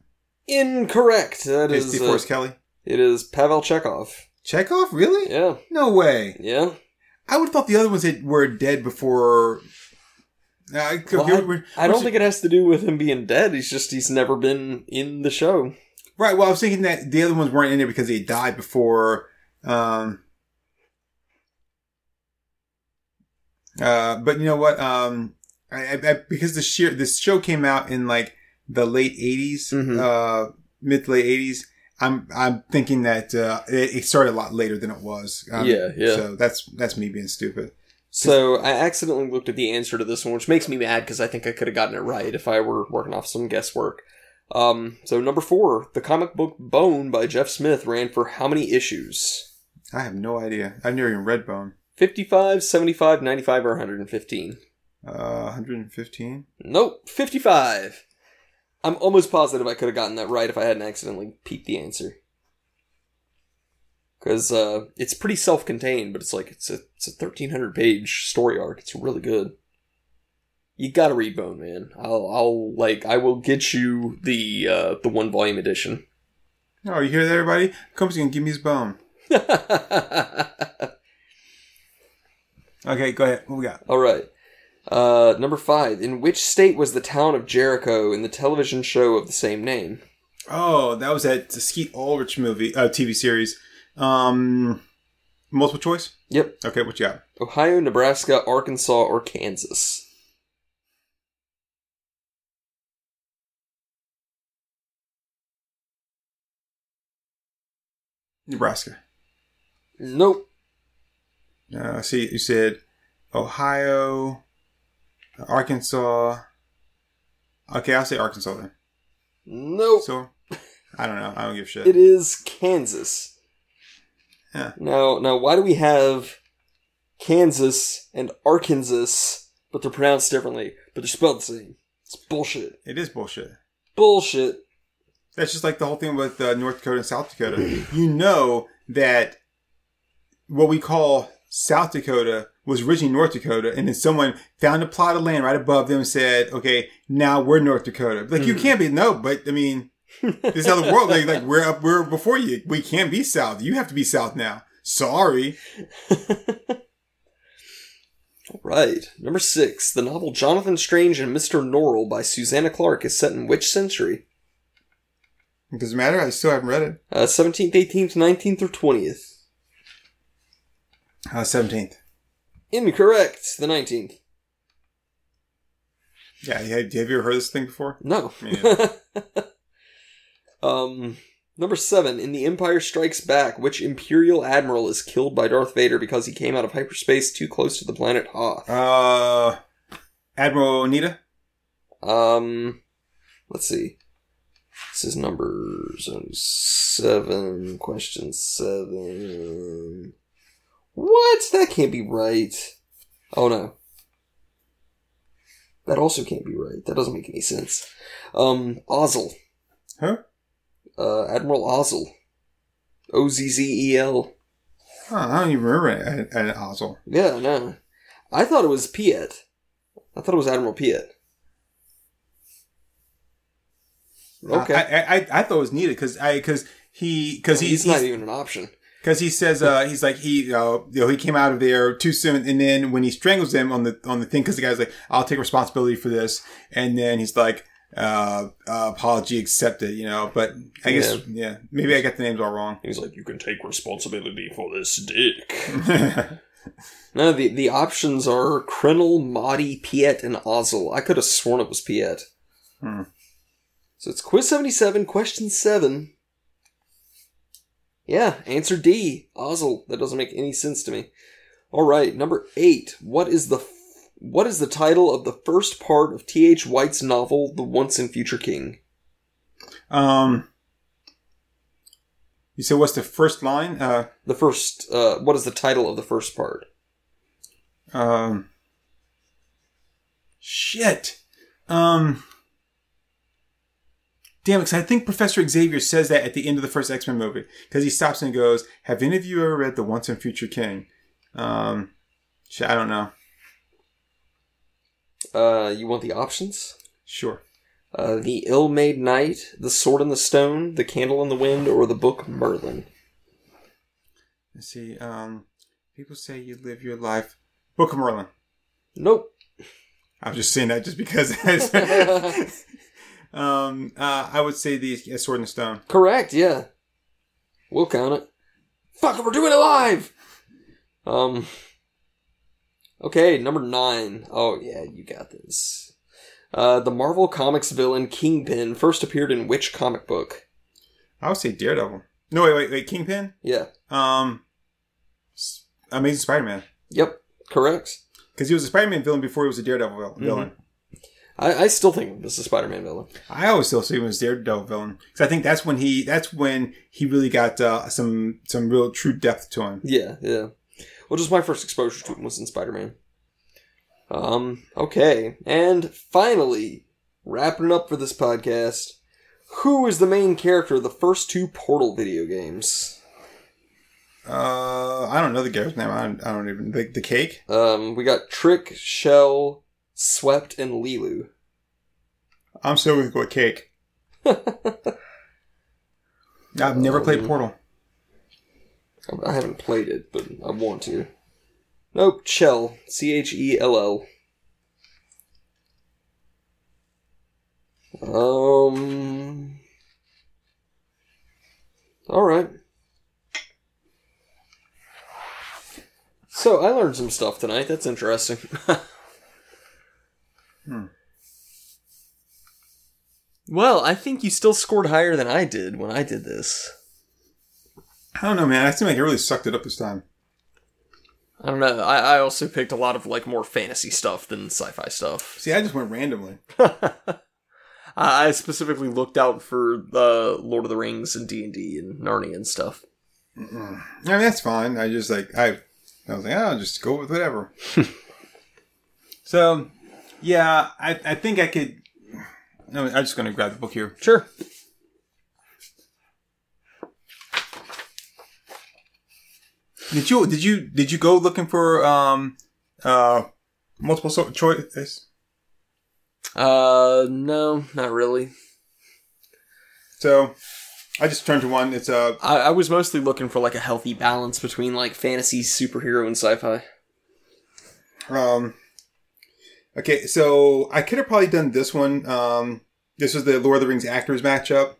A: Incorrect. That
B: It's
A: is. uh,
B: DeForest Kelly.
A: it is Pavel Chekhov.
B: Chekhov, really?
A: Yeah.
B: No way.
A: Yeah.
B: I would have thought the other ones had, were dead before. Uh, I could-
A: Well,
B: we're- we're-
A: I don't
B: we're-
A: think it has to do with him being dead. He's just, he's never been in the show.
B: Right. Well, I was thinking that the other ones weren't in there because they died before. Um, uh, but you know what? Um, I, I, I, because the sheer this show came out in like the late 80s
A: Mhm.
B: uh, mid to late eighties. I'm I'm thinking that uh, it, it started a lot later than it was. Um,
A: Yeah, yeah.
B: So that's that's me being stupid.
A: So I accidentally looked at the answer to this one, which makes me mad because I think I could have gotten it right if I were working off some guesswork. Um, so number four, the comic book Bone by Jeff Smith ran for how many issues?
B: I have no idea. I've never even read Bone.
A: 55, 75, 95, or 115?
B: Uh, 115.
A: Nope, 55. I'm almost positive I could have gotten that right if I hadn't accidentally peeped the answer. Because uh, it's pretty self contained, but it's like it's a, it's a 1300 page story arc. It's really good. You gotta read Bone Man. I'll, I'll like I will get you the uh, the one volume edition.
B: Oh, you hear that, everybody? Comes and give me his bone. Okay, go ahead. What we got?
A: All right. Uh, number five. In which state was the town of Jericho in the television show of the same name?
B: Oh, that was that Skeet Ulrich movie, uh, TV series. Um, multiple choice.
A: Yep.
B: Okay, what you got?
A: Ohio, Nebraska, Arkansas, or Kansas?
B: Nebraska.
A: Nope.
B: Uh, see, you said Ohio, Arkansas. Okay, I'll say Arkansas then.
A: Nope.
B: So, I don't know. I don't give a shit.
A: Oh. it is Kansas.
B: Yeah.
A: Now, now, why do we have Kansas and Arkansas, but they're pronounced differently, but they're spelled the same? It's bullshit.
B: It is bullshit.
A: Bullshit.
B: That's just like the whole thing with uh, North Dakota and South Dakota. you know that what we call South Dakota was originally North Dakota, and then someone found a plot of land right above them and said, "Okay, now we're North Dakota." Like you
A: Mhm.
B: can't be no, but I mean, this is how the world. Like, like we're up, we're before you. We can't be South. You have to be South now. Sorry.
A: All right. Number six. The novel Jonathan Strange and Mr. Norrell by Susanna Clark is set in which century?
B: It doesn't matter. I still haven't read it.
A: Uh, 17th, 18th, 19th, or 20th?
B: Uh, Seventeenth.
A: Incorrect. The 19th.
B: yeah. you had- Have you ever heard this thing before?
A: No.
B: Yeah.
A: um, number seven. In The Empire Strikes Back, which Imperial Admiral is killed by Darth Vader because he came out of hyperspace too close to the planet Hoth?
B: Uh, Admiral Onita.
A: Um, let's see. This is number seven, question seven. What? That can't be right. Oh no. That also can't be right. That doesn't make any sense. Um, Ozzel.
B: Huh?
A: Uh, Admiral Ozzel. O Z Z E L.
B: Huh, I don't even remember an, an Ozzel.
A: Yeah, no. I thought it was Piet. I thought it was Admiral Piet. Okay.
B: I, I, I, I thought it was needed because I because he because
A: I mean,
B: he
A: he's not e-
B: because
A: even an option.
B: he says uh he's like he uh, you know he came out of there too soon and then when he strangles him on the on the thing because the guy's like I'll take responsibility for this and then he's like uh, uh apology accepted you know but I guess
A: Yeah.
B: yeah, maybe I got the names all wrong.
A: He's like, you can take responsibility for this dick.
B: yeah,
A: No, the, the options are Krennel, Madi, Piet, and Ozzel. I could have sworn it was Piet.
B: Hmm.
A: So it's quiz 77, question 7. Yeah, answer D, Ozzel. That doesn't make any sense to me. All right, number 8. What is the f- what is the title of the first part of T.H. White's novel The Once and Future King?
B: um, you said what's the first line? Uh,
A: The first uh what is the title of the first part?
B: Um, shit. Um, Damn it, 'cause I think Professor Xavier says that at the end of the first X Men movie because he stops and goes, "Have any of you ever read The Once and Future King?" Um, sh- I don't know.
A: Uh, you want the options?
B: Sure.
A: Uh, the Ill-Made Knight, The Sword in the Stone, The Candle in the Wind, or the book Merlin.
B: Let's see. Um, people say you live your life. Book of Merlin.
A: Nope.
B: I was just saying that just because. that's- um, uh, I would say the uh, Sword and Stone.
A: Correct, yeah. We'll count it. Fuck it, we're doing it live! Um. Okay, number nine. Oh, yeah, you got this. Uh, the Marvel Comics villain Kingpin first appeared in which comic book?
B: I would say Daredevil. No, wait, wait, wait. Kingpin.
A: Yeah.
B: Um, S- Amazing Spider-Man.
A: Yep. Correct.
B: Because he was a Spider-Man villain before he was a Daredevil vil- villain.
A: I, I still think this is a Spider-Man villain.
B: I always still see him as Daredevil villain because I think that's when he that's when he really got uh, some some real true depth to him.
A: Yeah, yeah. Well, just my first exposure to him was in Spider-Man. Um, okay. And finally, wrapping it up for this podcast, who is the main character of the first two Portal video games?
B: Uh, I don't know the character's name. I don't, I don't even the, the cake.
A: Um, we got Trick, Shell, Swept, and Lilu.
B: I'm still gonna go with cake. I've never played Portal.
A: I- I haven't played it, but I want to. Nope, Chell. C H E L L. Um. Alright. So, I learned some stuff tonight. That's interesting. Hmm. Well, I think you still scored higher than I did when I did this.
B: I don't know, man. I seem like I really sucked it up this time.
A: I don't know. I, I also picked a lot of like more fantasy stuff than sci-fi stuff.
B: See, I just went randomly.
A: I, I specifically looked out for the Lord of the Rings and D and D and Narnia and stuff.
B: Mm. I mean, that's fine. I just like I, I was like, I'll just go with whatever. so, yeah, I, I think I could. No, I'm just gonna grab the book here.
A: Sure.
B: Did you did you did you go looking for um uh multiple so- choice?
A: Uh, no, not really.
B: So, I just turned to one. It's uh
A: I, I was mostly looking for like a healthy balance between like fantasy, superhero, and sci-fi.
B: um. Okay, so I could have probably done this one. Um, this was the Lord of the Rings actors matchup.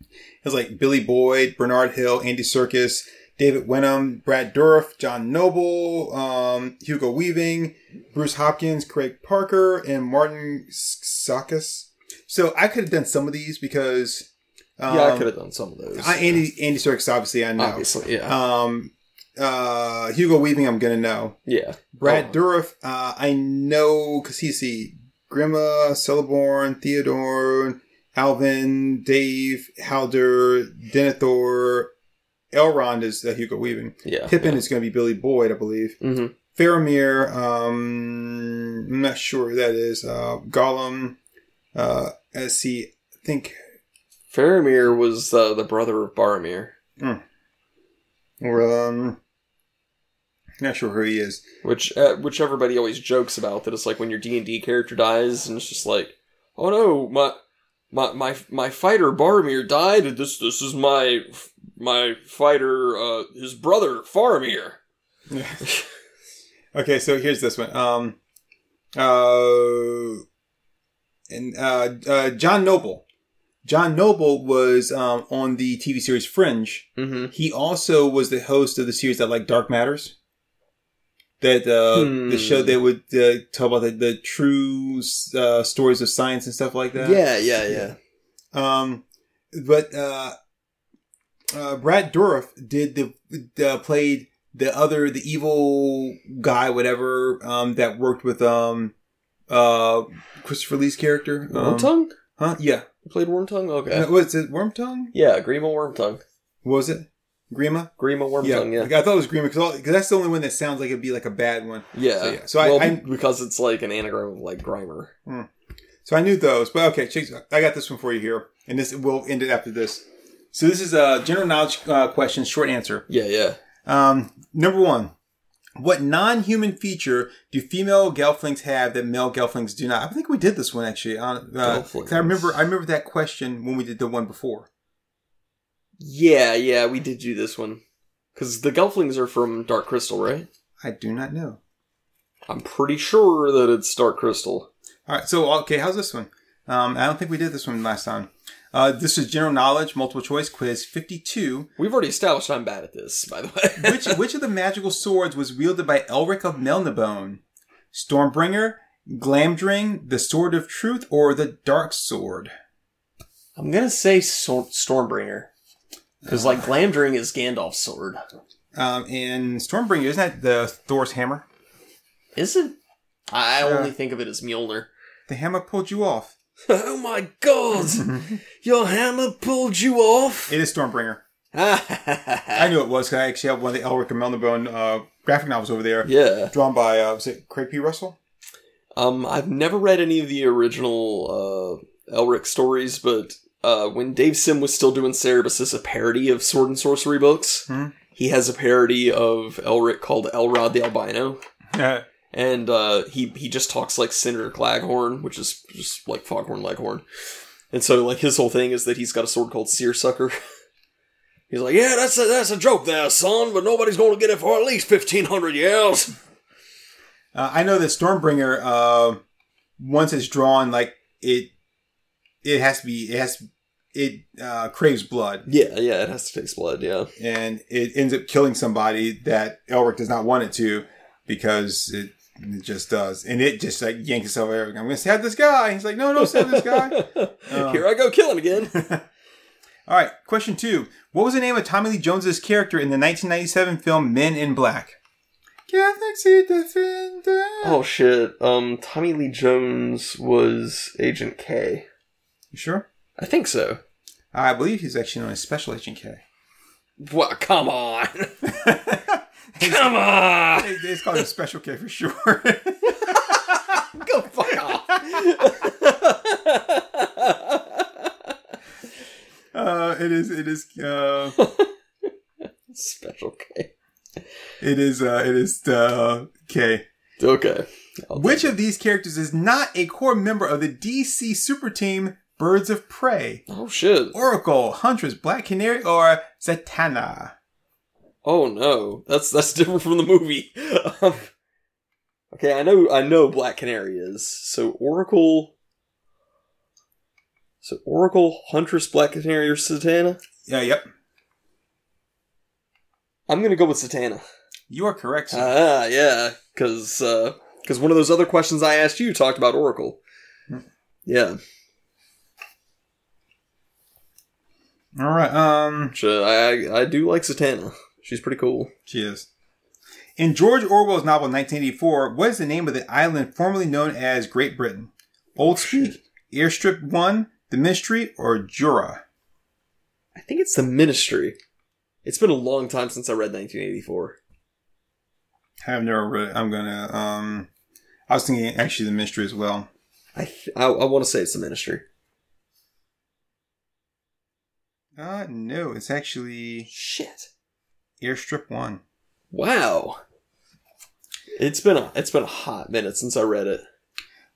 B: It was like Billy Boyd, Bernard Hill, Andy Serkis, David Wenham, Brad Dourif, John Noble, um, Hugo Weaving, Bruce Hopkins, Craig Parker, and Martin Sakis. So I could have done some of these because um,
A: yeah, I could have done some of those.
B: I, Andy Andy Serkis, obviously, I know.
A: obviously, yeah,
B: Um, uh, Hugo Weaving, I'm gonna know.
A: yeah.
B: Brad
A: Oh.
B: Dourif, uh, I know because he's the Grima, Celeborn, Theodore, Alvin, Dave, Halder, Denethor. Elrond is uh, Hugo Weaving.
A: yeah,
B: Pippin is going to be Billy Boyd, I believe.
A: hmm
B: Faramir, um, I'm not sure who that is. Uh, Gollum, uh, let's see, I think,
A: Faramir was uh, the brother of Baromir,
B: or, um, not sure who he is.
A: which uh, which everybody always jokes about that it's like when your D&D character dies and it's just like oh no my my my, my fighter Baromir died and this this is my my fighter uh his brother Faramir
B: Yeah. okay, so here's this one. Um, uh, and uh, uh, John Noble. John Noble was um, on the TV series Fringe.
A: mhm
B: He also was the host of the series that like Dark Matters. That uh,
A: Hmm.
B: the show that would uh, tell about the, the true uh, stories of science and stuff like that.
A: yeah yeah yeah
B: Um, but uh, uh, Brad Dourif did the uh, played the other the evil guy, whatever um, that worked with um, uh, Christopher Lee's character. Um,
A: Wormtongue
B: Huh? Yeah.
A: you played Wormtongue okay
B: Uh, was it Wormtongue?
A: yeah Grima Wormtongue
B: What was it Grima?
A: Grima
B: yeah.
A: Wormtongue yeah yeah,
B: Like, I thought it was Grima because that's the only one that sounds like it'd be like a bad one. So, yeah. So I-
A: well,
B: I-
A: because it's like an anagram of like Grimer
B: So I knew those, but okay, check- I got this one for you here. and this will end it after this. So this is a general knowledge uh, question, short answer.
A: Yeah, yeah.
B: Um, number one, what non-human feature do female gelflings have that male gelflings do not? I think we did this one actually. On, uh, 'cause I remember, I remember that question when we did the one before.
A: Yeah, yeah, we did do this one. Because the Gelflings are from Dark Crystal, right?
B: I do not know.
A: I'm pretty sure that it's Dark Crystal.
B: All right, so okay, how's this one? Um, I don't think we did this one last time. Uh, this is general knowledge, multiple choice quiz fifty-two.
A: We've already established I'm bad at this, by the way.
B: Which which of the magical swords was wielded by Elric of Melnibone? Stormbringer, Glamdring, the Sword of Truth, or the Dark Sword?
A: I'm gonna say Sor- Stormbringer. Because, like, Glamdring is Gandalf's sword.
B: Um, and Stormbringer isn't that the Thor's hammer?
A: Is it? I I
B: Yeah.
A: only think of it as Mjolnir.
B: The hammer pulled you off.
A: Oh my god! Your hammer pulled you off!
B: It is Stormbringer. I
A: yeah.
B: knew it was because I actually have one of the Elric of Melnibone uh, graphic novels over there, drawn by uh, was it Craig P. Russell?
A: Um, I've never read any of the original uh, Elric stories, but uh, when Dave Sim was still doing Cerebus as a parody of Sword and Sorcery books,
B: Hmm.
A: he has a parody of Elric called Elrod the Albino,
B: Uh,
A: and uh, he he just talks like Senator Glaghorn, which is just like Foghorn Leghorn, and so like his whole thing is that he's got a sword called Seersucker. He's like, yeah, that's a, that's a joke there, son, but nobody's going to get it for at least 1,500 years.
B: Uh, I know that Stormbringer, uh, once it's drawn, like it, it has to be, it has, it uh, craves blood,
A: Yeah, yeah, it has to taste blood, yeah.
B: and it ends up killing somebody that Elric does not want it to, because it, it just does, and it just like yanks itself. out. I'm gonna stab this guy. He's like, no, no, stab this guy. Um,
A: Here I go killing again.
B: All right, question two. What was the name of Tommy Lee Jones's character in the 1997 film Men in Black? Galaxy Defender.
A: oh shit. Um Tommy Lee Jones was Agent K.
B: You sure?
A: I think so.
B: I believe he's actually known as Special Agent K.
A: What come on. come on.
B: They, they just call him Special K for sure.
A: Go fuck off.
B: uh, it is. It is. Uh,
A: Special K.
B: it is. Uh, it is. Uh, K.
A: Okay.
B: Which of these characters is not a core member of the DC super team Birds of Prey?
A: Oh shit.
B: Oracle, Huntress, Black Canary, or Zatanna?
A: Oh no. That's that's different from the movie. Um, okay, I know I know Black Canary is. So Oracle So Oracle, Huntress, Black Canary, or Satana?
B: Yeah. Yep.
A: I'm gonna go with Satana.
B: You are correct. sir.
A: Ah, yeah, because because one of those other questions I asked you talked about Oracle. Yeah,
B: All right. Um,
A: which, uh, I I do like Satana. She's pretty cool.
B: she is. In George Orwell's novel 1984, what is the name of the island formerly known as Great Britain? Old Speak, Airstrip One, The Mystery, or Jura?
A: I think it's the Ministry. It's been a long time since I read 1984.
B: I've never read. it. I'm gonna. Um, I was thinking actually The Mystery as well.
A: I th- I, I want to say it's the Ministry.
B: Uh, no, it's actually
A: Shit!
B: Airstrip One.
A: Wow. It's been a it's been a hot minute since I read it.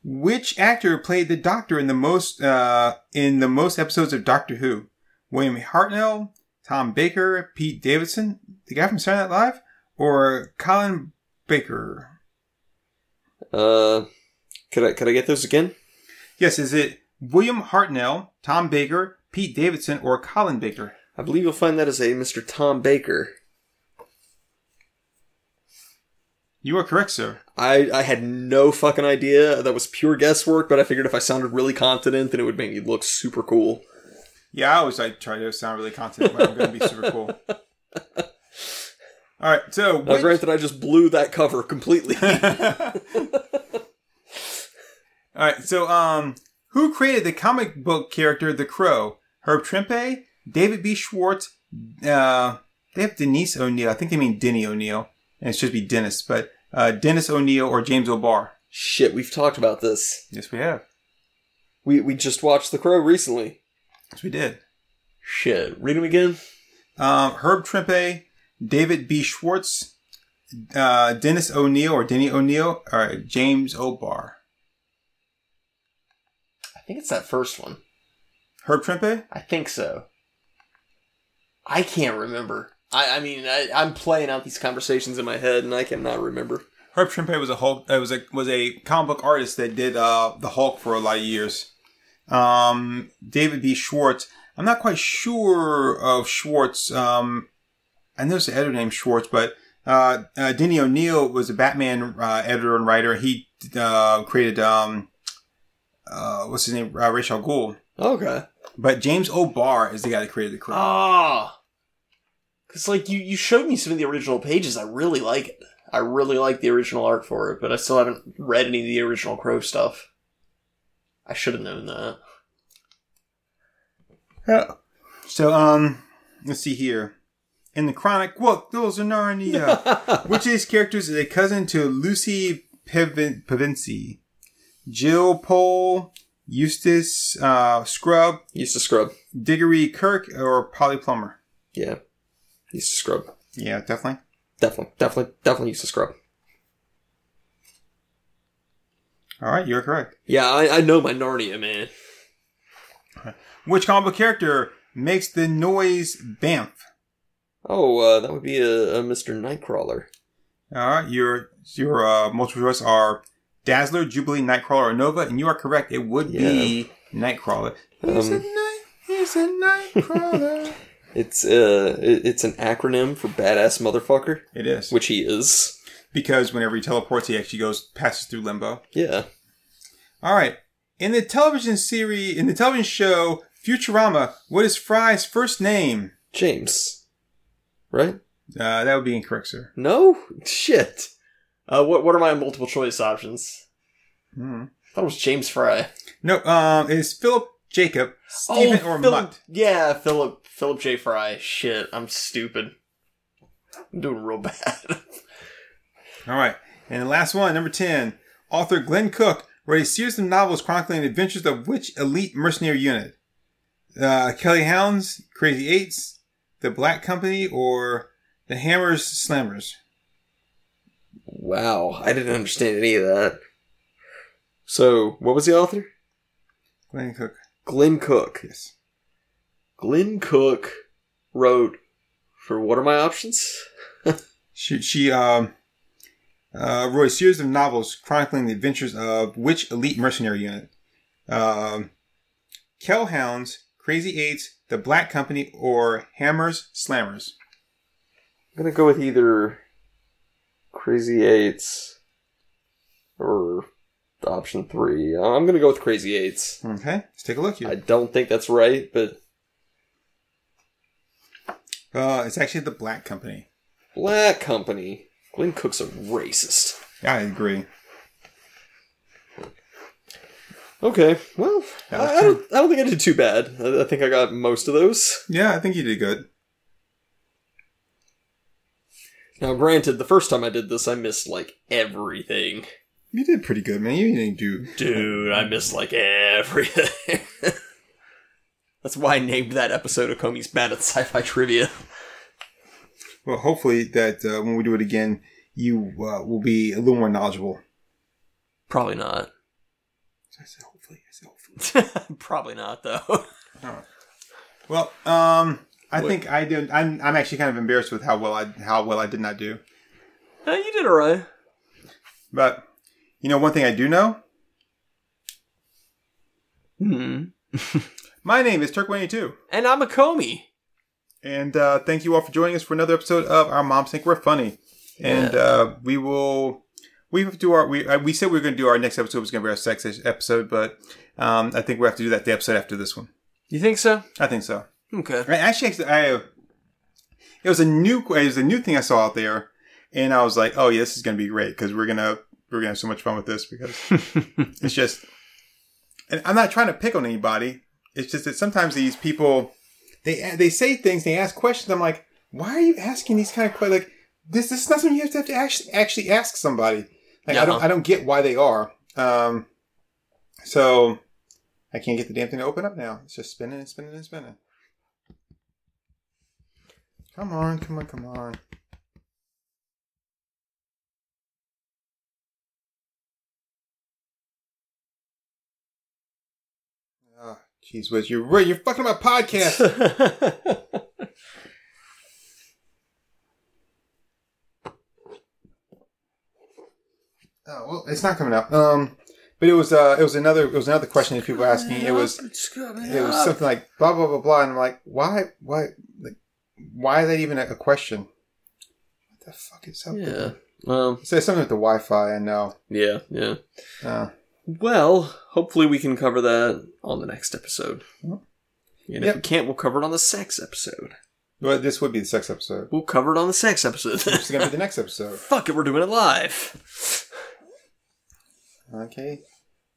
B: Which actor played the Doctor in the most uh, in the most episodes of Doctor Who? William E. Hartnell, Tom Baker, Pete Davidson, the guy from Saturday Night Live, or Colin Baker?
A: Uh, could I could I get those again?
B: Yes, is it William Hartnell, Tom Baker, Pete Davidson, or Colin Baker?
A: I believe you'll find that as a Mr. Tom Baker.
B: You are correct, sir.
A: I, I had no fucking idea. That was pure guesswork, but I figured if I sounded really confident, then it would make me look super cool.
B: Yeah, I always like try to sound really confident when I'm going to be super cool. All right, so
A: Now,
B: which-
A: granted, I just blew that cover completely.
B: All right, so um, who created the comic book character the Crow? Herb Trimpe, David B. Schwartz, uh, they have Denise O'Neill. I think they mean Denny O'Neill, and it should be Dennis, but uh, Dennis O'Neill or James O'Barr.
A: Shit, we've talked about this.
B: Yes, we have.
A: We we just watched The Crow recently.
B: Yes, we did.
A: Shit. Read them again.
B: Um, Herb Trimpe, David B. Schwartz, uh, Dennis O'Neill or Denny O'Neill, or James O'Barr.
A: I think it's that first one.
B: Herb Trimpe?
A: I think so. I can't remember. I, I mean, I, I'm playing out these conversations in my head, and I cannot remember.
B: Herb Trimpe was a Hulk. Uh, was a was a comic book artist that did uh, the Hulk for a lot of years. Um, David B. Schwartz. I'm not quite sure of Schwartz. Um, I know it's an editor named Schwartz, but uh, uh, Denny O'Neill was a Batman uh, editor and writer. He uh, created um, uh, what's his name, uh, Rachel Gould.
A: Okay.
B: But James O'Barr is the guy that created the crew.
A: Ah. Cause like you, you showed me some of the original pages. I really like it. I really like the original art for it, but I still haven't read any of the original Crow stuff. I should have known that.
B: Yeah. So, um, let's see here. In the chronic book, Those of Narnia, which of these characters is a cousin to Lucy Pevin- Pevinci? Jill Pole, Eustace uh, Scrub,
A: Used to scrub.
B: Diggory Kirk, or Polly Plummer?
A: Yeah. Used to scrub.
B: Yeah, definitely.
A: Definitely, definitely, definitely used to scrub.
B: All right, you're correct.
A: Yeah, I, I know my Narnia, man.
B: Which comic book character makes the noise Bamf?
A: Oh, uh, that would be a, a Mr. Nightcrawler.
B: All right, your your uh, multiple choice are Dazzler, Jubilee, Nightcrawler, or Nova, and you are correct. It would be Nightcrawler. He's a
A: Um.
B: night. He's a Nightcrawler.
A: It's uh, it, it's an acronym for badass motherfucker,
B: it is
A: which he is.
B: because whenever he teleports, he actually goes passes through limbo.
A: Yeah.
B: All right. In the television series, in the television show Futurama, what is Fry's first name?
A: James. Right?
B: Uh, that would be incorrect, sir.
A: No? Shit. Uh, what, what are my multiple choice options?
B: Hmm.
A: I thought it was James Fry.
B: No, um, it is Philip Jacob, Stephen, or
A: Oh, Philip,
B: Mutt.
A: Yeah, Philip Philip J. Fry. Shit, I'm stupid. I'm doing real bad.
B: All right. And the last one, number 10. Author Glenn Cook wrote a series of novels chronicling the adventures of which elite mercenary unit? Uh, Kelly Hounds, Crazy Eights, The Black Company, or The Hammers Slammers?
A: wow, I didn't understand any of that. So, what was the author?
B: Glenn Cook.
A: Glenn Cook.
B: Yes.
A: Glenn Cook wrote for what are my options?
B: She, she um, uh, wrote a series of novels chronicling the adventures of which elite mercenary unit? Um, Kell Hounds, Crazy Eights, The Black Company, or Hammers Slammers?
A: I'm gonna go with either Crazy Eights or option three. I'm gonna go with Crazy Eights.
B: Okay, let's take a look here.
A: I don't think that's right, but
B: Uh, it's actually the Black Company.
A: Black Company. Glenn Cook's a racist.
B: I agree.
A: Okay, well,
B: That
A: I,
B: was
A: I don't. I don't think I did too bad. I, I think I got most of those.
B: Yeah, I think you did good.
A: Now, granted, the first time I did this, I missed like everything.
B: You did pretty good, man. You didn't do.
A: Dude, I missed like everything. That's why I named that episode of Comey's Bad at Sci-Fi Trivia.
B: Well, hopefully that uh, when we do it again, you uh, will be a little more knowledgeable.
A: Probably not.
B: I said hopefully. I said hopefully.
A: Probably not though.
B: Well, um, I
A: What?
B: think I did. I'm, I'm actually kind of embarrassed with how well I how well I did not do.
A: no, you did alright.
B: But you know, one thing I do know.
A: Hmm.
B: My name is Turk182,
A: And I'm a Comey.
B: and uh, thank you all for joining us for another episode of our Moms Think We're Funny. And uh, we will we have to do our we uh, we said we were going to do our next episode was going to be our sex ed- episode, but um, I think we have to do that the episode after this one.
A: You think so?
B: I think so.
A: Okay.
B: I actually, actually, I it was a new it was a new thing I saw out there, and I was like, oh yeah, this is going to be great because we're gonna we're gonna have so much fun with this because it's just. And I'm not trying to pick on anybody. It's just that sometimes these people they they say things, they ask questions. I'm like, why are you asking these kind of questions? Like this this is not something you have to, have to actually actually ask somebody. Like I don't
A: Uh-huh.
B: I don't get why they are. Um, so I can't get the damn thing to open up now. It's just spinning and spinning and spinning. Come on, come on, come on. Oh, jeez, Wiz, you're right. You're fucking my podcast. Oh well, it's not coming up. Um, but it was uh, it was another it was another question that people were asking. It was it was something like blah blah blah blah, and I'm like, why why like, why is that even a, a question? What the fuck is up? there?
A: yeah. Um,
B: It says something with the Wi-Fi. I know.
A: yeah, yeah.
B: Uh,
A: Well, hopefully we can cover that on the next episode.
B: Yep.
A: And if we can't, we'll cover it on the sex episode.
B: well, this would be the sex episode.
A: We'll cover it on the sex episode.
B: This is gonna be the next episode.
A: Fuck it, we're doing it live.
B: Okay.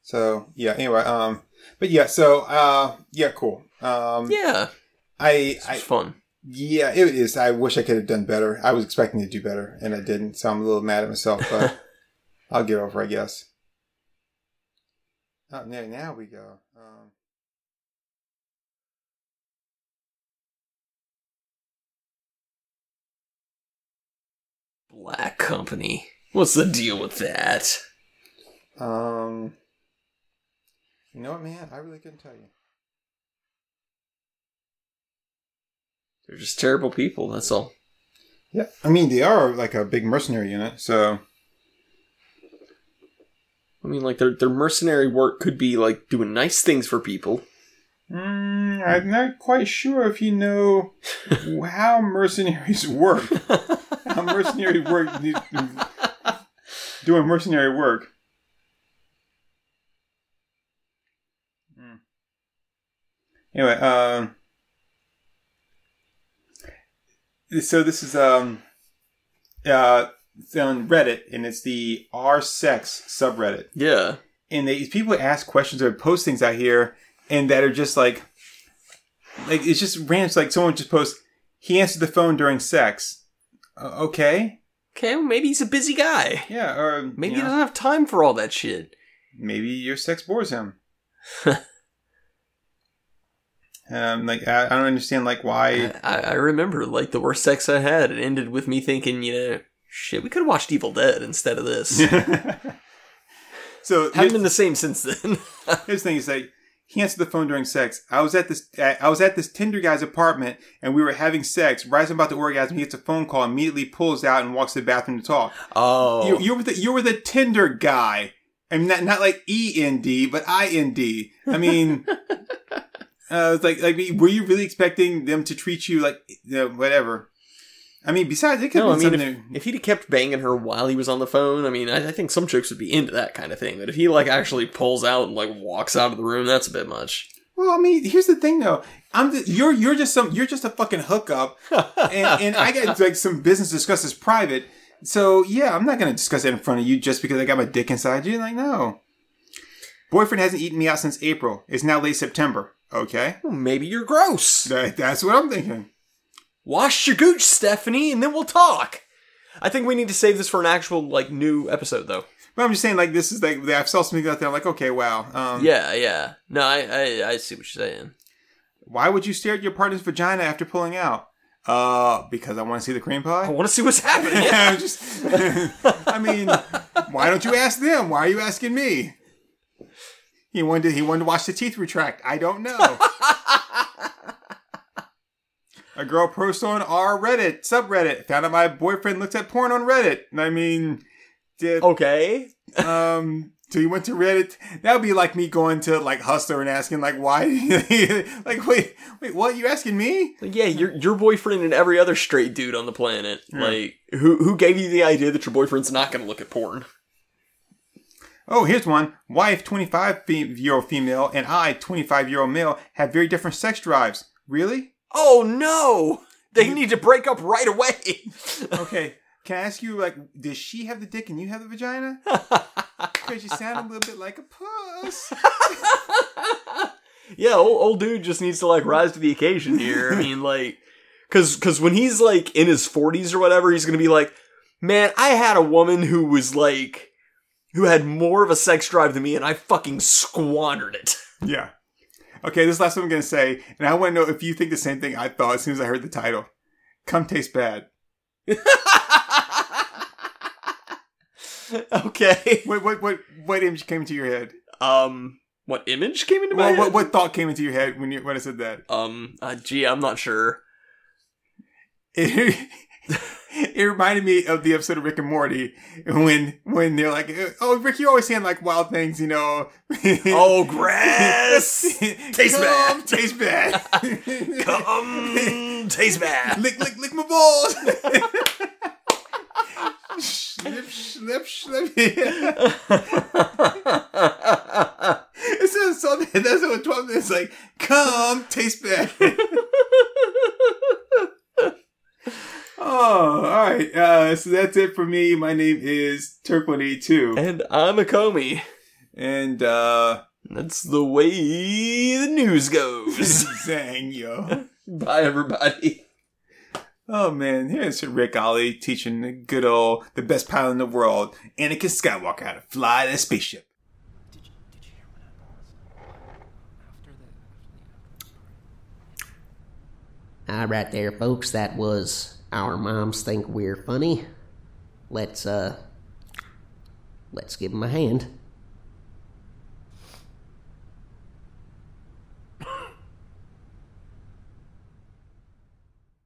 B: So yeah. Anyway. Um. But yeah. So uh. Yeah. Cool. Um.
A: Yeah,
B: I.
A: it's
B: I.
A: fun.
B: Yeah. It is. I wish I could have done better. I was expecting to do better, and I didn't. So I'm a little mad at myself, but I'll get over. it, I guess. Oh, now, now we go. Um,
A: Black Company. What's the deal with that?
B: Um, you know what, man? I really couldn't tell you.
A: They're just terrible people. That's all.
B: Yeah, I mean they are like a big mercenary unit, so
A: I mean, like their their mercenary work could be like doing nice things for people.
B: mm, I'm not quite sure if you know how mercenaries work. how mercenary work doing mercenary work. Hmm. Anyway, um, so this is um, uh, it's on Reddit, and it's the R Sex subreddit,
A: Yeah,
B: and they, people ask questions or post things out here, and that are just like, like it's just random. It's like someone just posts, he answered the phone during sex. Uh, okay,
A: okay. Well, maybe he's a busy guy.
B: yeah, or
A: Maybe
B: you
A: he
B: know.
A: doesn't have time for all that shit.
B: maybe your sex bores him. um, like I, I don't understand, like why?
A: I, I remember like the worst sex I had. It ended with me thinking, you know, shit, we could have watched Evil Dead instead of this.
B: so
A: Haven't
B: here's,
A: been the same since then.
B: here's the thing: is like he answered the phone during sex. I was at this, I I was at this Tinder guy's apartment, and we were having sex. Right as I'm about to orgasm, he gets a phone call, immediately pulls out, and walks to the bathroom to talk.
A: oh,
B: You, you were the you were the Tinder guy. I mean, not not like E N D, but I N D. I mean, uh, it's like like were you really expecting them to treat you like you know, whatever? I mean, besides, it could
A: no, I
B: have
A: mean,
B: been
A: if,
B: something.
A: if he'd have kept banging her while he was on the phone, I mean, I, I think some chicks would be into that kind of thing. But if he like actually pulls out and like walks out of the room, that's a bit much.
B: Well, I mean, here's the thing though. I'm the, you're you're just some you're just a fucking hookup, and, and I got like some business to discuss that's private. So yeah, I'm not gonna discuss it in front of you just because I got my dick inside you. Like no, boyfriend hasn't eaten me out since April. It's now late September. Okay,
A: Well, maybe you're gross.
B: that, that's what I'm thinking.
A: Wash your gooch, Stephanie, and then we'll talk. I think we need to save this for an actual like new episode, though.
B: But I'm just saying, like, this is like I saw something out there. I'm like, okay, wow. Um,
A: Yeah, yeah. No, I, I, I see what you're saying.
B: Why would you stare at your partner's vagina after pulling out? Uh, because I want to see the cream
A: I
B: pie.
A: want to see what's happening.
B: I'm just, I mean, why don't you ask them? Why are you asking me? He wanted. He wanted to watch the teeth retract. I don't know. A girl posted on our Reddit subreddit. Found out my boyfriend looks at porn on Reddit. And I mean, did
A: okay.
B: Um, so you went to Reddit. That would be like me going to like Hustler and asking like, why? like, wait, wait, what? You asking me?
A: Like, yeah, your your boyfriend and every other straight dude on the planet. Like, who who gave you the idea that your boyfriend's not going to look at porn?
B: Oh, here's one. Wife, 25 fe- year old female, and I, 25 year old male, have very different sex drives. Really?
A: Oh no, they need to break up right away.
B: Okay. Can I ask you, like, does she have the dick and you have the vagina? Because you sound a little bit like a puss.
A: yeah, old, old dude just needs to like rise to the occasion here. I mean, like, cause cause when he's like in his forties or whatever, he's gonna be like, man, I had a woman who was like, who had more of a sex drive than me, and I fucking squandered it.
B: Yeah. Okay, this last one I'm going to say, and I want to know if you think the same thing I thought as soon as I heard the title. Come taste bad.
A: okay.
B: What what what what image came into your head?
A: Um, what image came into my
B: Well,
A: head?
B: what what thought came into your head when you when I said that?
A: Um, uh, gee, I'm not sure.
B: It, it reminded me of the episode of Rick and Morty when when they're like, "Oh, Rick, you're always saying like wild things, you know."
A: Oh, grass!
B: taste
A: bad.
B: Taste bad.
A: Come, taste bad.
B: lick, lick, lick my balls. slip, slip, slip. It's just something. That's what twelve minutes like. Come, taste bad. oh, all right. Uh, so that's it for me. My name is Turk One Eight Two,
A: and I'm a Comey.
B: and uh,
A: That's the way the news goes.
B: zang yo.
A: Bye, everybody.
B: Oh man, here's Rick Ollie teaching the good old, the best pilot in the world, Anakin Skywalker, how to fly that spaceship.
D: Did you, did you hear when I paused? After the.
E: All right there, folks. That was Our Moms Think We're Funny. Let's, uh, let's give 'em a hand.